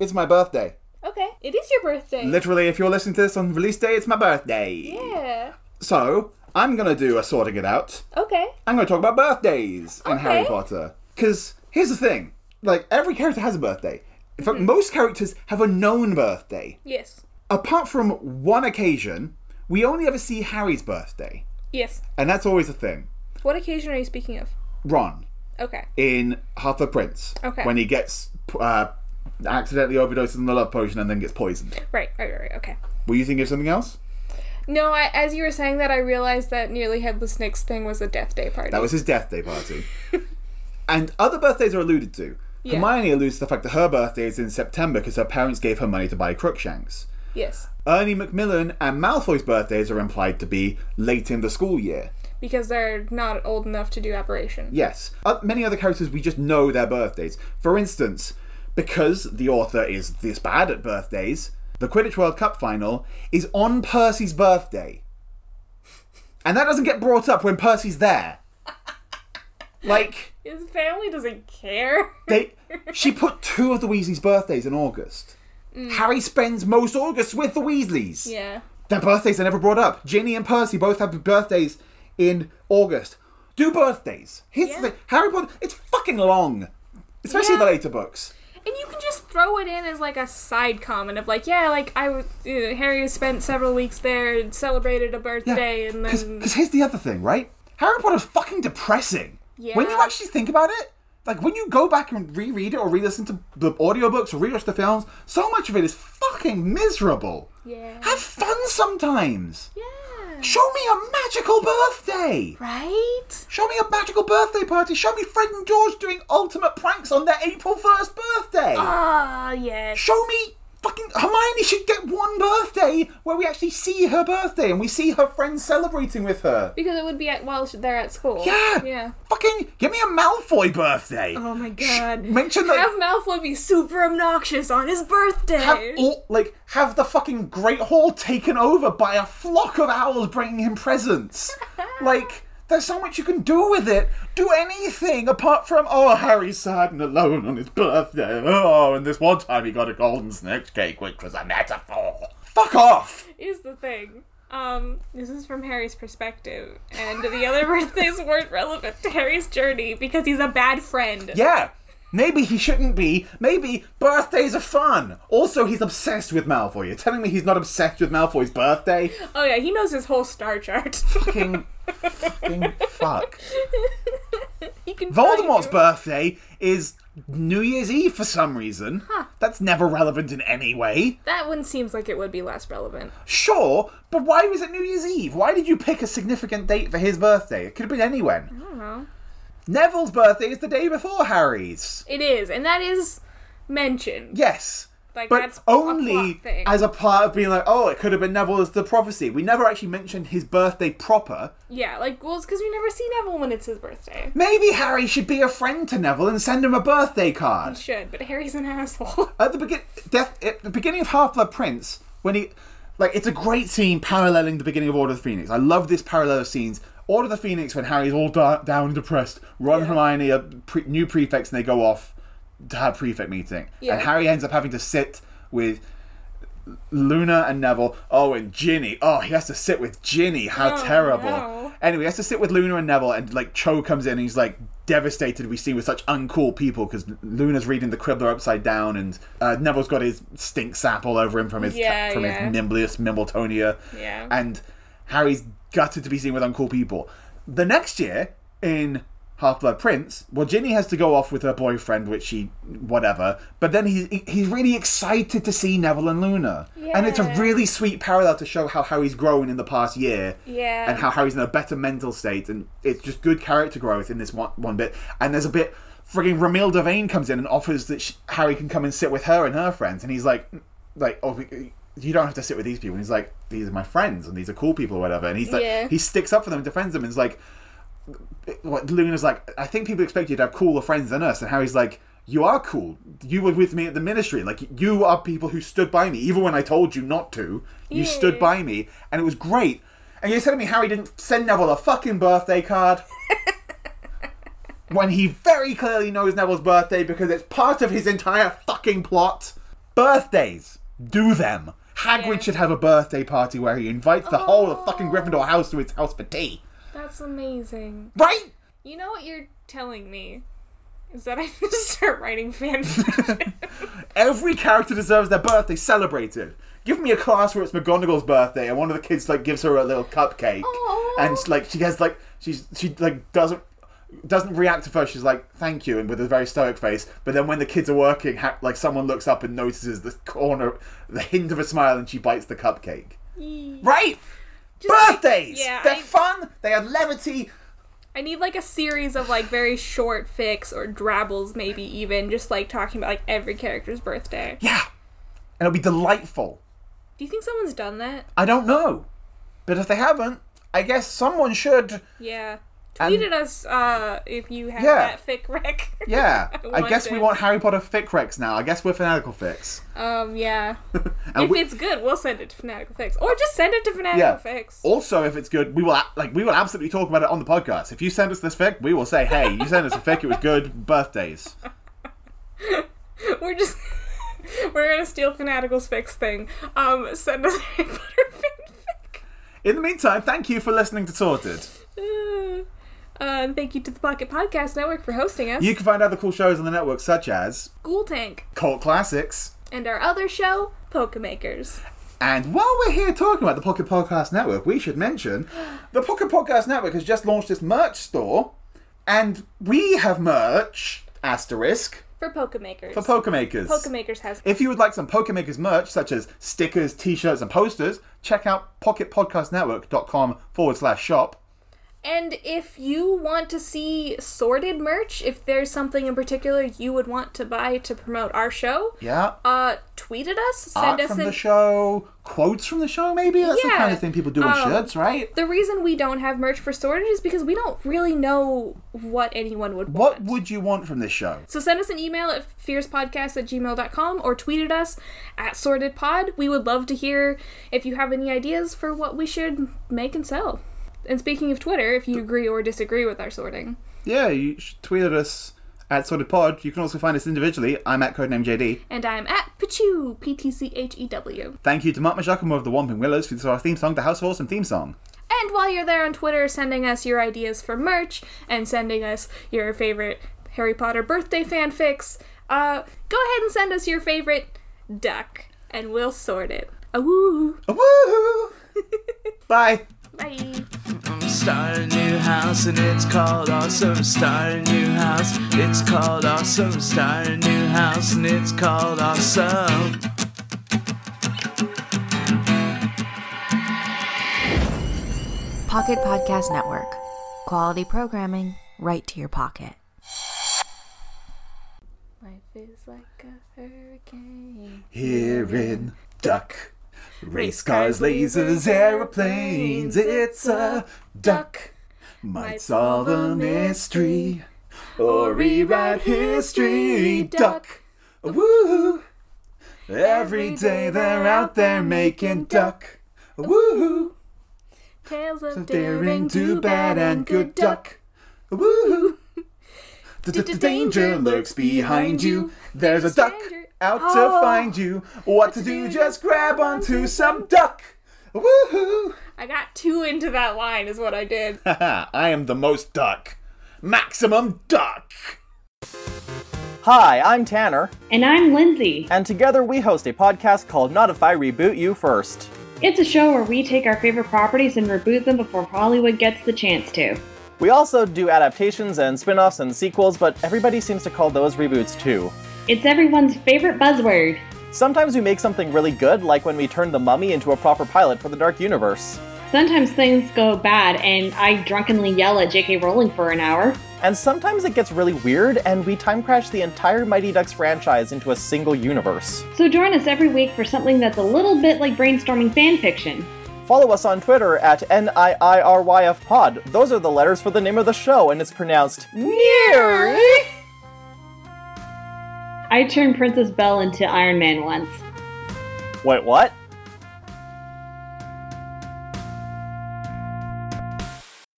[SPEAKER 2] It's my birthday.
[SPEAKER 1] Okay, it is your birthday.
[SPEAKER 2] Literally, if you're listening to this on release day, it's my birthday.
[SPEAKER 1] yeah.
[SPEAKER 2] So, I'm gonna do a sorting it out.
[SPEAKER 1] Okay.
[SPEAKER 2] I'm gonna talk about birthdays in Harry
[SPEAKER 1] Okay.
[SPEAKER 2] Potter. Because here's the thing like, every character has a birthday. In
[SPEAKER 1] Mm-hmm.
[SPEAKER 2] fact, most characters have a known birthday.
[SPEAKER 1] Yes.
[SPEAKER 2] Apart from one occasion, we only ever see Harry's birthday.
[SPEAKER 1] Yes.
[SPEAKER 2] And that's always a thing.
[SPEAKER 1] What occasion are you speaking of?
[SPEAKER 2] Ron,
[SPEAKER 1] Okay.
[SPEAKER 2] in Half the Prince.
[SPEAKER 1] Okay.
[SPEAKER 2] When he gets uh, accidentally overdoses on the love potion and then gets poisoned.
[SPEAKER 1] Right, right, right, right. Okay.
[SPEAKER 2] Were you thinking of something else?
[SPEAKER 1] No, I, as you were saying that, I realized that Nearly Headless Nick's thing was a death day party.
[SPEAKER 2] That was his death day party. and other birthdays are alluded to.
[SPEAKER 1] Yeah.
[SPEAKER 2] Hermione alludes to the fact that her birthday is in September because her parents gave her money to buy Crookshanks.
[SPEAKER 1] yes.
[SPEAKER 2] Ernie Macmillan and Malfoy's birthdays are implied to be late in the school year.
[SPEAKER 1] Because they're not old enough to do operation.
[SPEAKER 2] Yes. Uh, many other characters, we just know their birthdays. For instance, because the author is this bad at birthdays, the Quidditch World Cup final is on Percy's birthday. And that doesn't get brought up when Percy's there. Like,
[SPEAKER 1] His family doesn't care.
[SPEAKER 2] they. She put two of the Weasleys' birthdays in August. Harry spends most August with the Weasleys.
[SPEAKER 1] Mm. yeah.
[SPEAKER 2] Their birthdays are never brought up. Ginny and Percy both have birthdays in August. Do birthdays. Here's
[SPEAKER 1] Yeah.
[SPEAKER 2] the thing. Harry Potter, it's fucking long. Especially
[SPEAKER 1] Yeah.
[SPEAKER 2] the later books.
[SPEAKER 1] And you can just throw it in as like a side comment of like, yeah, like I, w- you know, Harry spent several weeks there, and celebrated a birthday, and then
[SPEAKER 2] Because here's the other thing, right? Harry Potter's fucking depressing. When you
[SPEAKER 1] Yeah.
[SPEAKER 2] actually think about it, like when you go back and reread it or re listen to the audiobooks or re watch the films, so much of it is fucking miserable.
[SPEAKER 1] yeah,
[SPEAKER 2] Have fun sometimes.
[SPEAKER 1] yeah,
[SPEAKER 2] Show me a magical birthday.
[SPEAKER 1] right?
[SPEAKER 2] Show me a magical birthday party. Show me Fred and George doing ultimate pranks on their April 1st birthday.
[SPEAKER 1] Ah, yes,
[SPEAKER 2] Show me fucking Hermione should get one birthday where we actually see her birthday and we see her friends celebrating with her.
[SPEAKER 1] because it would be at while sh- they're at school.
[SPEAKER 2] Yeah.
[SPEAKER 1] yeah.
[SPEAKER 2] Fucking give me a Malfoy birthday.
[SPEAKER 1] Oh my god.
[SPEAKER 2] Mention that
[SPEAKER 1] Have Malfoy be super obnoxious on his birthday.
[SPEAKER 2] have all, like have the fucking Great Hall taken over by a flock of owls bringing him presents. like there's so much you can do with it. Do anything apart from oh Harry's sad and alone on his birthday. Oh, and this one time he got a golden snitch cake, which was a metaphor. Fuck off.
[SPEAKER 1] Is the thing. Um, this is from Harry's perspective, and the other birthdays weren't relevant to Harry's journey because he's a bad friend.
[SPEAKER 2] Yeah. Maybe he shouldn't be. Maybe birthdays are fun. Also, he's obsessed with Malfoy. You're telling me he's not obsessed with Malfoy's birthday?
[SPEAKER 1] Oh yeah, he knows his whole star chart.
[SPEAKER 2] Fucking, fucking fuck.
[SPEAKER 1] he can tell you
[SPEAKER 2] Voldemort's birthday is New Year's Eve for some reason.
[SPEAKER 1] Huh.
[SPEAKER 2] That's never relevant in any way.
[SPEAKER 1] That one seems like it would be less relevant.
[SPEAKER 2] Sure, but why was it New Year's Eve? Why did you pick a significant date for his birthday? It could have been anyone.
[SPEAKER 1] I don't know.
[SPEAKER 2] Neville's birthday is the day before Harry's.
[SPEAKER 1] It is, and that is mentioned.
[SPEAKER 2] Yes.
[SPEAKER 1] Like,
[SPEAKER 2] But
[SPEAKER 1] that's a
[SPEAKER 2] only
[SPEAKER 1] plot thing.
[SPEAKER 2] as a part of being like, oh, it could have been Neville's the prophecy. We never actually mentioned his birthday proper.
[SPEAKER 1] Yeah, like well, it's because we never see Neville when it's his birthday.
[SPEAKER 2] Maybe Harry should be a friend to Neville and send him a birthday card.
[SPEAKER 1] He should, but Harry's an asshole.
[SPEAKER 2] at the begin death at the beginning of Half Blood Prince when he like it's a great scene paralleling the beginning of Order of the Phoenix. I love this parallel of scenes. Order of the Phoenix when Harry's all da- down and depressed. Ron and Hermione are pre- new prefects and they go off to have prefect meeting,
[SPEAKER 1] Yeah.
[SPEAKER 2] and Harry ends up having to sit with. Luna and Neville. Oh, and Ginny. Oh, he has to sit with Ginny. How
[SPEAKER 1] Oh,
[SPEAKER 2] terrible.
[SPEAKER 1] no.
[SPEAKER 2] Anyway, he has to sit with Luna and Neville, and like Cho comes in and he's like devastated. We see with such uncool people because Luna's reading the Cribbler upside down, and uh, Neville's got his stink sap all over him from his
[SPEAKER 1] Yeah,
[SPEAKER 2] from
[SPEAKER 1] yeah.
[SPEAKER 2] his Nimblius Mimbletonia.
[SPEAKER 1] Yeah.
[SPEAKER 2] And Harry's gutted to be seen with uncool people. The next year in Half Blood Prince, well, Ginny has to go off with her boyfriend, which she whatever. But then he's he's really excited to see Neville and Luna, and it's a
[SPEAKER 1] Yeah.
[SPEAKER 2] really sweet parallel to show how Harry's grown in the past year
[SPEAKER 1] Yeah.
[SPEAKER 2] and how Harry's in a better mental state, and it's just good character growth in this one, one bit. And there's a bit, frigging Ramil Devane comes in and offers that sh Harry can come and sit with her and her friends, and he's like, like, oh, we- you don't have to sit with these people. And he's like, these are my friends, and these are cool people, or whatever. And he's like,
[SPEAKER 1] Yeah.
[SPEAKER 2] he sticks up for them, and defends them, and is like, what Luna's like, I think people expect you to have cooler friends than us, and Harry's like. You are cool. You were with me at the ministry. Like you are people who stood by me, even when I told you not to. You
[SPEAKER 1] Yeah.
[SPEAKER 2] stood by me, and it was great. And you're telling me Harry didn't send Neville a fucking birthday card when he very clearly knows Neville's birthday because it's part of his entire fucking plot. Birthdays, do them. Hagrid
[SPEAKER 1] Yeah. Oh.
[SPEAKER 2] should have a birthday party where he invites the whole of fucking Gryffindor house to his house for tea,
[SPEAKER 1] That's amazing.
[SPEAKER 2] right?
[SPEAKER 1] You know what you're telling me is that I need to start writing fanfiction.
[SPEAKER 2] Every character deserves their birthday celebrated. Give me a class where it's McGonagall's birthday and one of the kids like gives her a little cupcake
[SPEAKER 1] Aw.
[SPEAKER 2] and like she has like she's she like doesn't doesn't react at first. She's like thank you and with a very stoic face. But then when the kids are working, ha- like someone looks up and notices the corner, the hint of a smile, and she bites the cupcake.
[SPEAKER 1] Yee.
[SPEAKER 2] Right?
[SPEAKER 1] Just-
[SPEAKER 2] Birthdays.
[SPEAKER 1] yeah,
[SPEAKER 2] They're
[SPEAKER 1] I-
[SPEAKER 2] fun. They have levity.
[SPEAKER 1] I need like a series of like very short fix or drabbles, maybe even just like talking about like every character's birthday.
[SPEAKER 2] Yeah, and it'll be delightful.
[SPEAKER 1] Do you think someone's done that?
[SPEAKER 2] I don't know, but if they haven't, I guess someone should.
[SPEAKER 1] Yeah.
[SPEAKER 2] And-
[SPEAKER 1] Tweet at us uh, if you have
[SPEAKER 2] Yeah.
[SPEAKER 1] that fic rec.
[SPEAKER 2] Yeah, I,
[SPEAKER 1] want
[SPEAKER 2] guess we
[SPEAKER 1] it.
[SPEAKER 2] want Harry Potter fic recs now. I guess we're fanatical fics.
[SPEAKER 1] um, yeah.
[SPEAKER 2] And
[SPEAKER 1] if
[SPEAKER 2] we-
[SPEAKER 1] it's good, we'll send it to Fanatical Fix. Or just send it to Fanatical
[SPEAKER 2] Yeah.
[SPEAKER 1] Fix.
[SPEAKER 2] Also, if it's good, we will a- like we will absolutely talk about it on the podcast. If you send us this fic, we will say, "Hey, you sent us a fic. It was good. Birthdays."
[SPEAKER 1] We're just we're gonna steal Fanatical's Fix thing. Um send us a fanfic.
[SPEAKER 2] In the meantime, thank you for listening to Sorted.
[SPEAKER 1] Uh, and thank you to the Pocket Podcast Network for hosting us.
[SPEAKER 2] You can find other cool shows on the network, such as
[SPEAKER 1] Ghoul Tank.
[SPEAKER 2] Cult Classics.
[SPEAKER 1] And our other show, Pokemakers.
[SPEAKER 2] And while we're here talking about the Pocket Podcast Network, we should mention the Pocket Podcast Network has just launched this merch store, and we have merch asterisk
[SPEAKER 1] For Pokemakers.
[SPEAKER 2] for Pokemakers.
[SPEAKER 1] Pokemakers has
[SPEAKER 2] If you would like some Pokemakers merch, such as stickers, t-shirts, and posters, check out pocketpodcastnetwork.com forward slash shop.
[SPEAKER 1] And if you want to see sorted merch, if there's something in particular you would want to buy to promote our show,
[SPEAKER 2] Yeah.
[SPEAKER 1] uh, tweet at us, send
[SPEAKER 2] Art
[SPEAKER 1] us
[SPEAKER 2] from
[SPEAKER 1] an.
[SPEAKER 2] the show, quotes from the show, maybe? That's the
[SPEAKER 1] Yeah.
[SPEAKER 2] kind of thing people do on
[SPEAKER 1] Um,
[SPEAKER 2] shirts, right?
[SPEAKER 1] the reason we don't have merch for sorted is because we don't really know what anyone would want.
[SPEAKER 2] What would you want from this show?
[SPEAKER 1] So send us an email at fiercepodcast at gmail.com or tweet at us at sortedpod. We would love to hear if you have any ideas for what we should make and sell. And speaking of Twitter, if you agree or disagree with our sorting.
[SPEAKER 2] Yeah, you should tweet at us at Sorted Pod. You can also find us individually. I'm at Codename JD.
[SPEAKER 1] And I'm at Pichu, P T C H E W.
[SPEAKER 2] Thank you to Mark Mashakamo of the Wamping Willows for our theme song, The House of Awesome theme song.
[SPEAKER 1] And while you're there on Twitter, sending us your ideas for merch and sending us your favorite Harry Potter birthday fanfics, uh, go ahead and send us your favorite duck, and we'll sort it. Awoo!
[SPEAKER 2] Woohoo! Bye!
[SPEAKER 1] Bye.
[SPEAKER 3] I'm start a new house, and it's called awesome. Start a new house, it's called awesome. Start a new house, and it's called awesome.
[SPEAKER 4] Pocket Podcast Network. Quality programming right to your pocket.
[SPEAKER 1] Life is like a hurricane.
[SPEAKER 2] Here in Duck. Race cars, lasers, aeroplanes, it's a duck. Might solve a mystery or rewrite history. Duck. Woo! Every day they're out there making duck. Woo!
[SPEAKER 1] Tales of
[SPEAKER 2] Daring, do bad, and good duck. Woo! The d- d- danger lurks behind you. There's a duck out to find you. What to do? Just grab onto some duck. Woohoo!
[SPEAKER 1] I got too into that line, is what I did.
[SPEAKER 2] Haha, I am the most duck. Maximum duck.
[SPEAKER 5] Hi, I'm Tanner,
[SPEAKER 6] And I'm Lindsay.
[SPEAKER 5] and together we host a podcast called Not If I Reboot You First.
[SPEAKER 6] It's a show where we take our favorite properties and reboot them before Hollywood gets the chance to.
[SPEAKER 5] We also do adaptations and spin offs and sequels, but everybody seems to call those reboots too.
[SPEAKER 6] It's everyone's favorite buzzword.
[SPEAKER 5] Sometimes we make something really good, like when we turned The Mummy into a proper pilot for the Dark Universe.
[SPEAKER 6] Sometimes things go bad, and I drunkenly yell at J.K. Rowling for an hour.
[SPEAKER 5] And sometimes it gets really weird, and we time crash the entire Mighty Ducks franchise into a single universe.
[SPEAKER 6] So join us every week for something that's a little bit like brainstorming fan fiction.
[SPEAKER 5] Follow us on Twitter at NIIRYF Pod. Those are the letters for the name of the show, and it's pronounced Near.
[SPEAKER 6] I turned Princess Belle into Iron Man once.
[SPEAKER 5] Wait, what?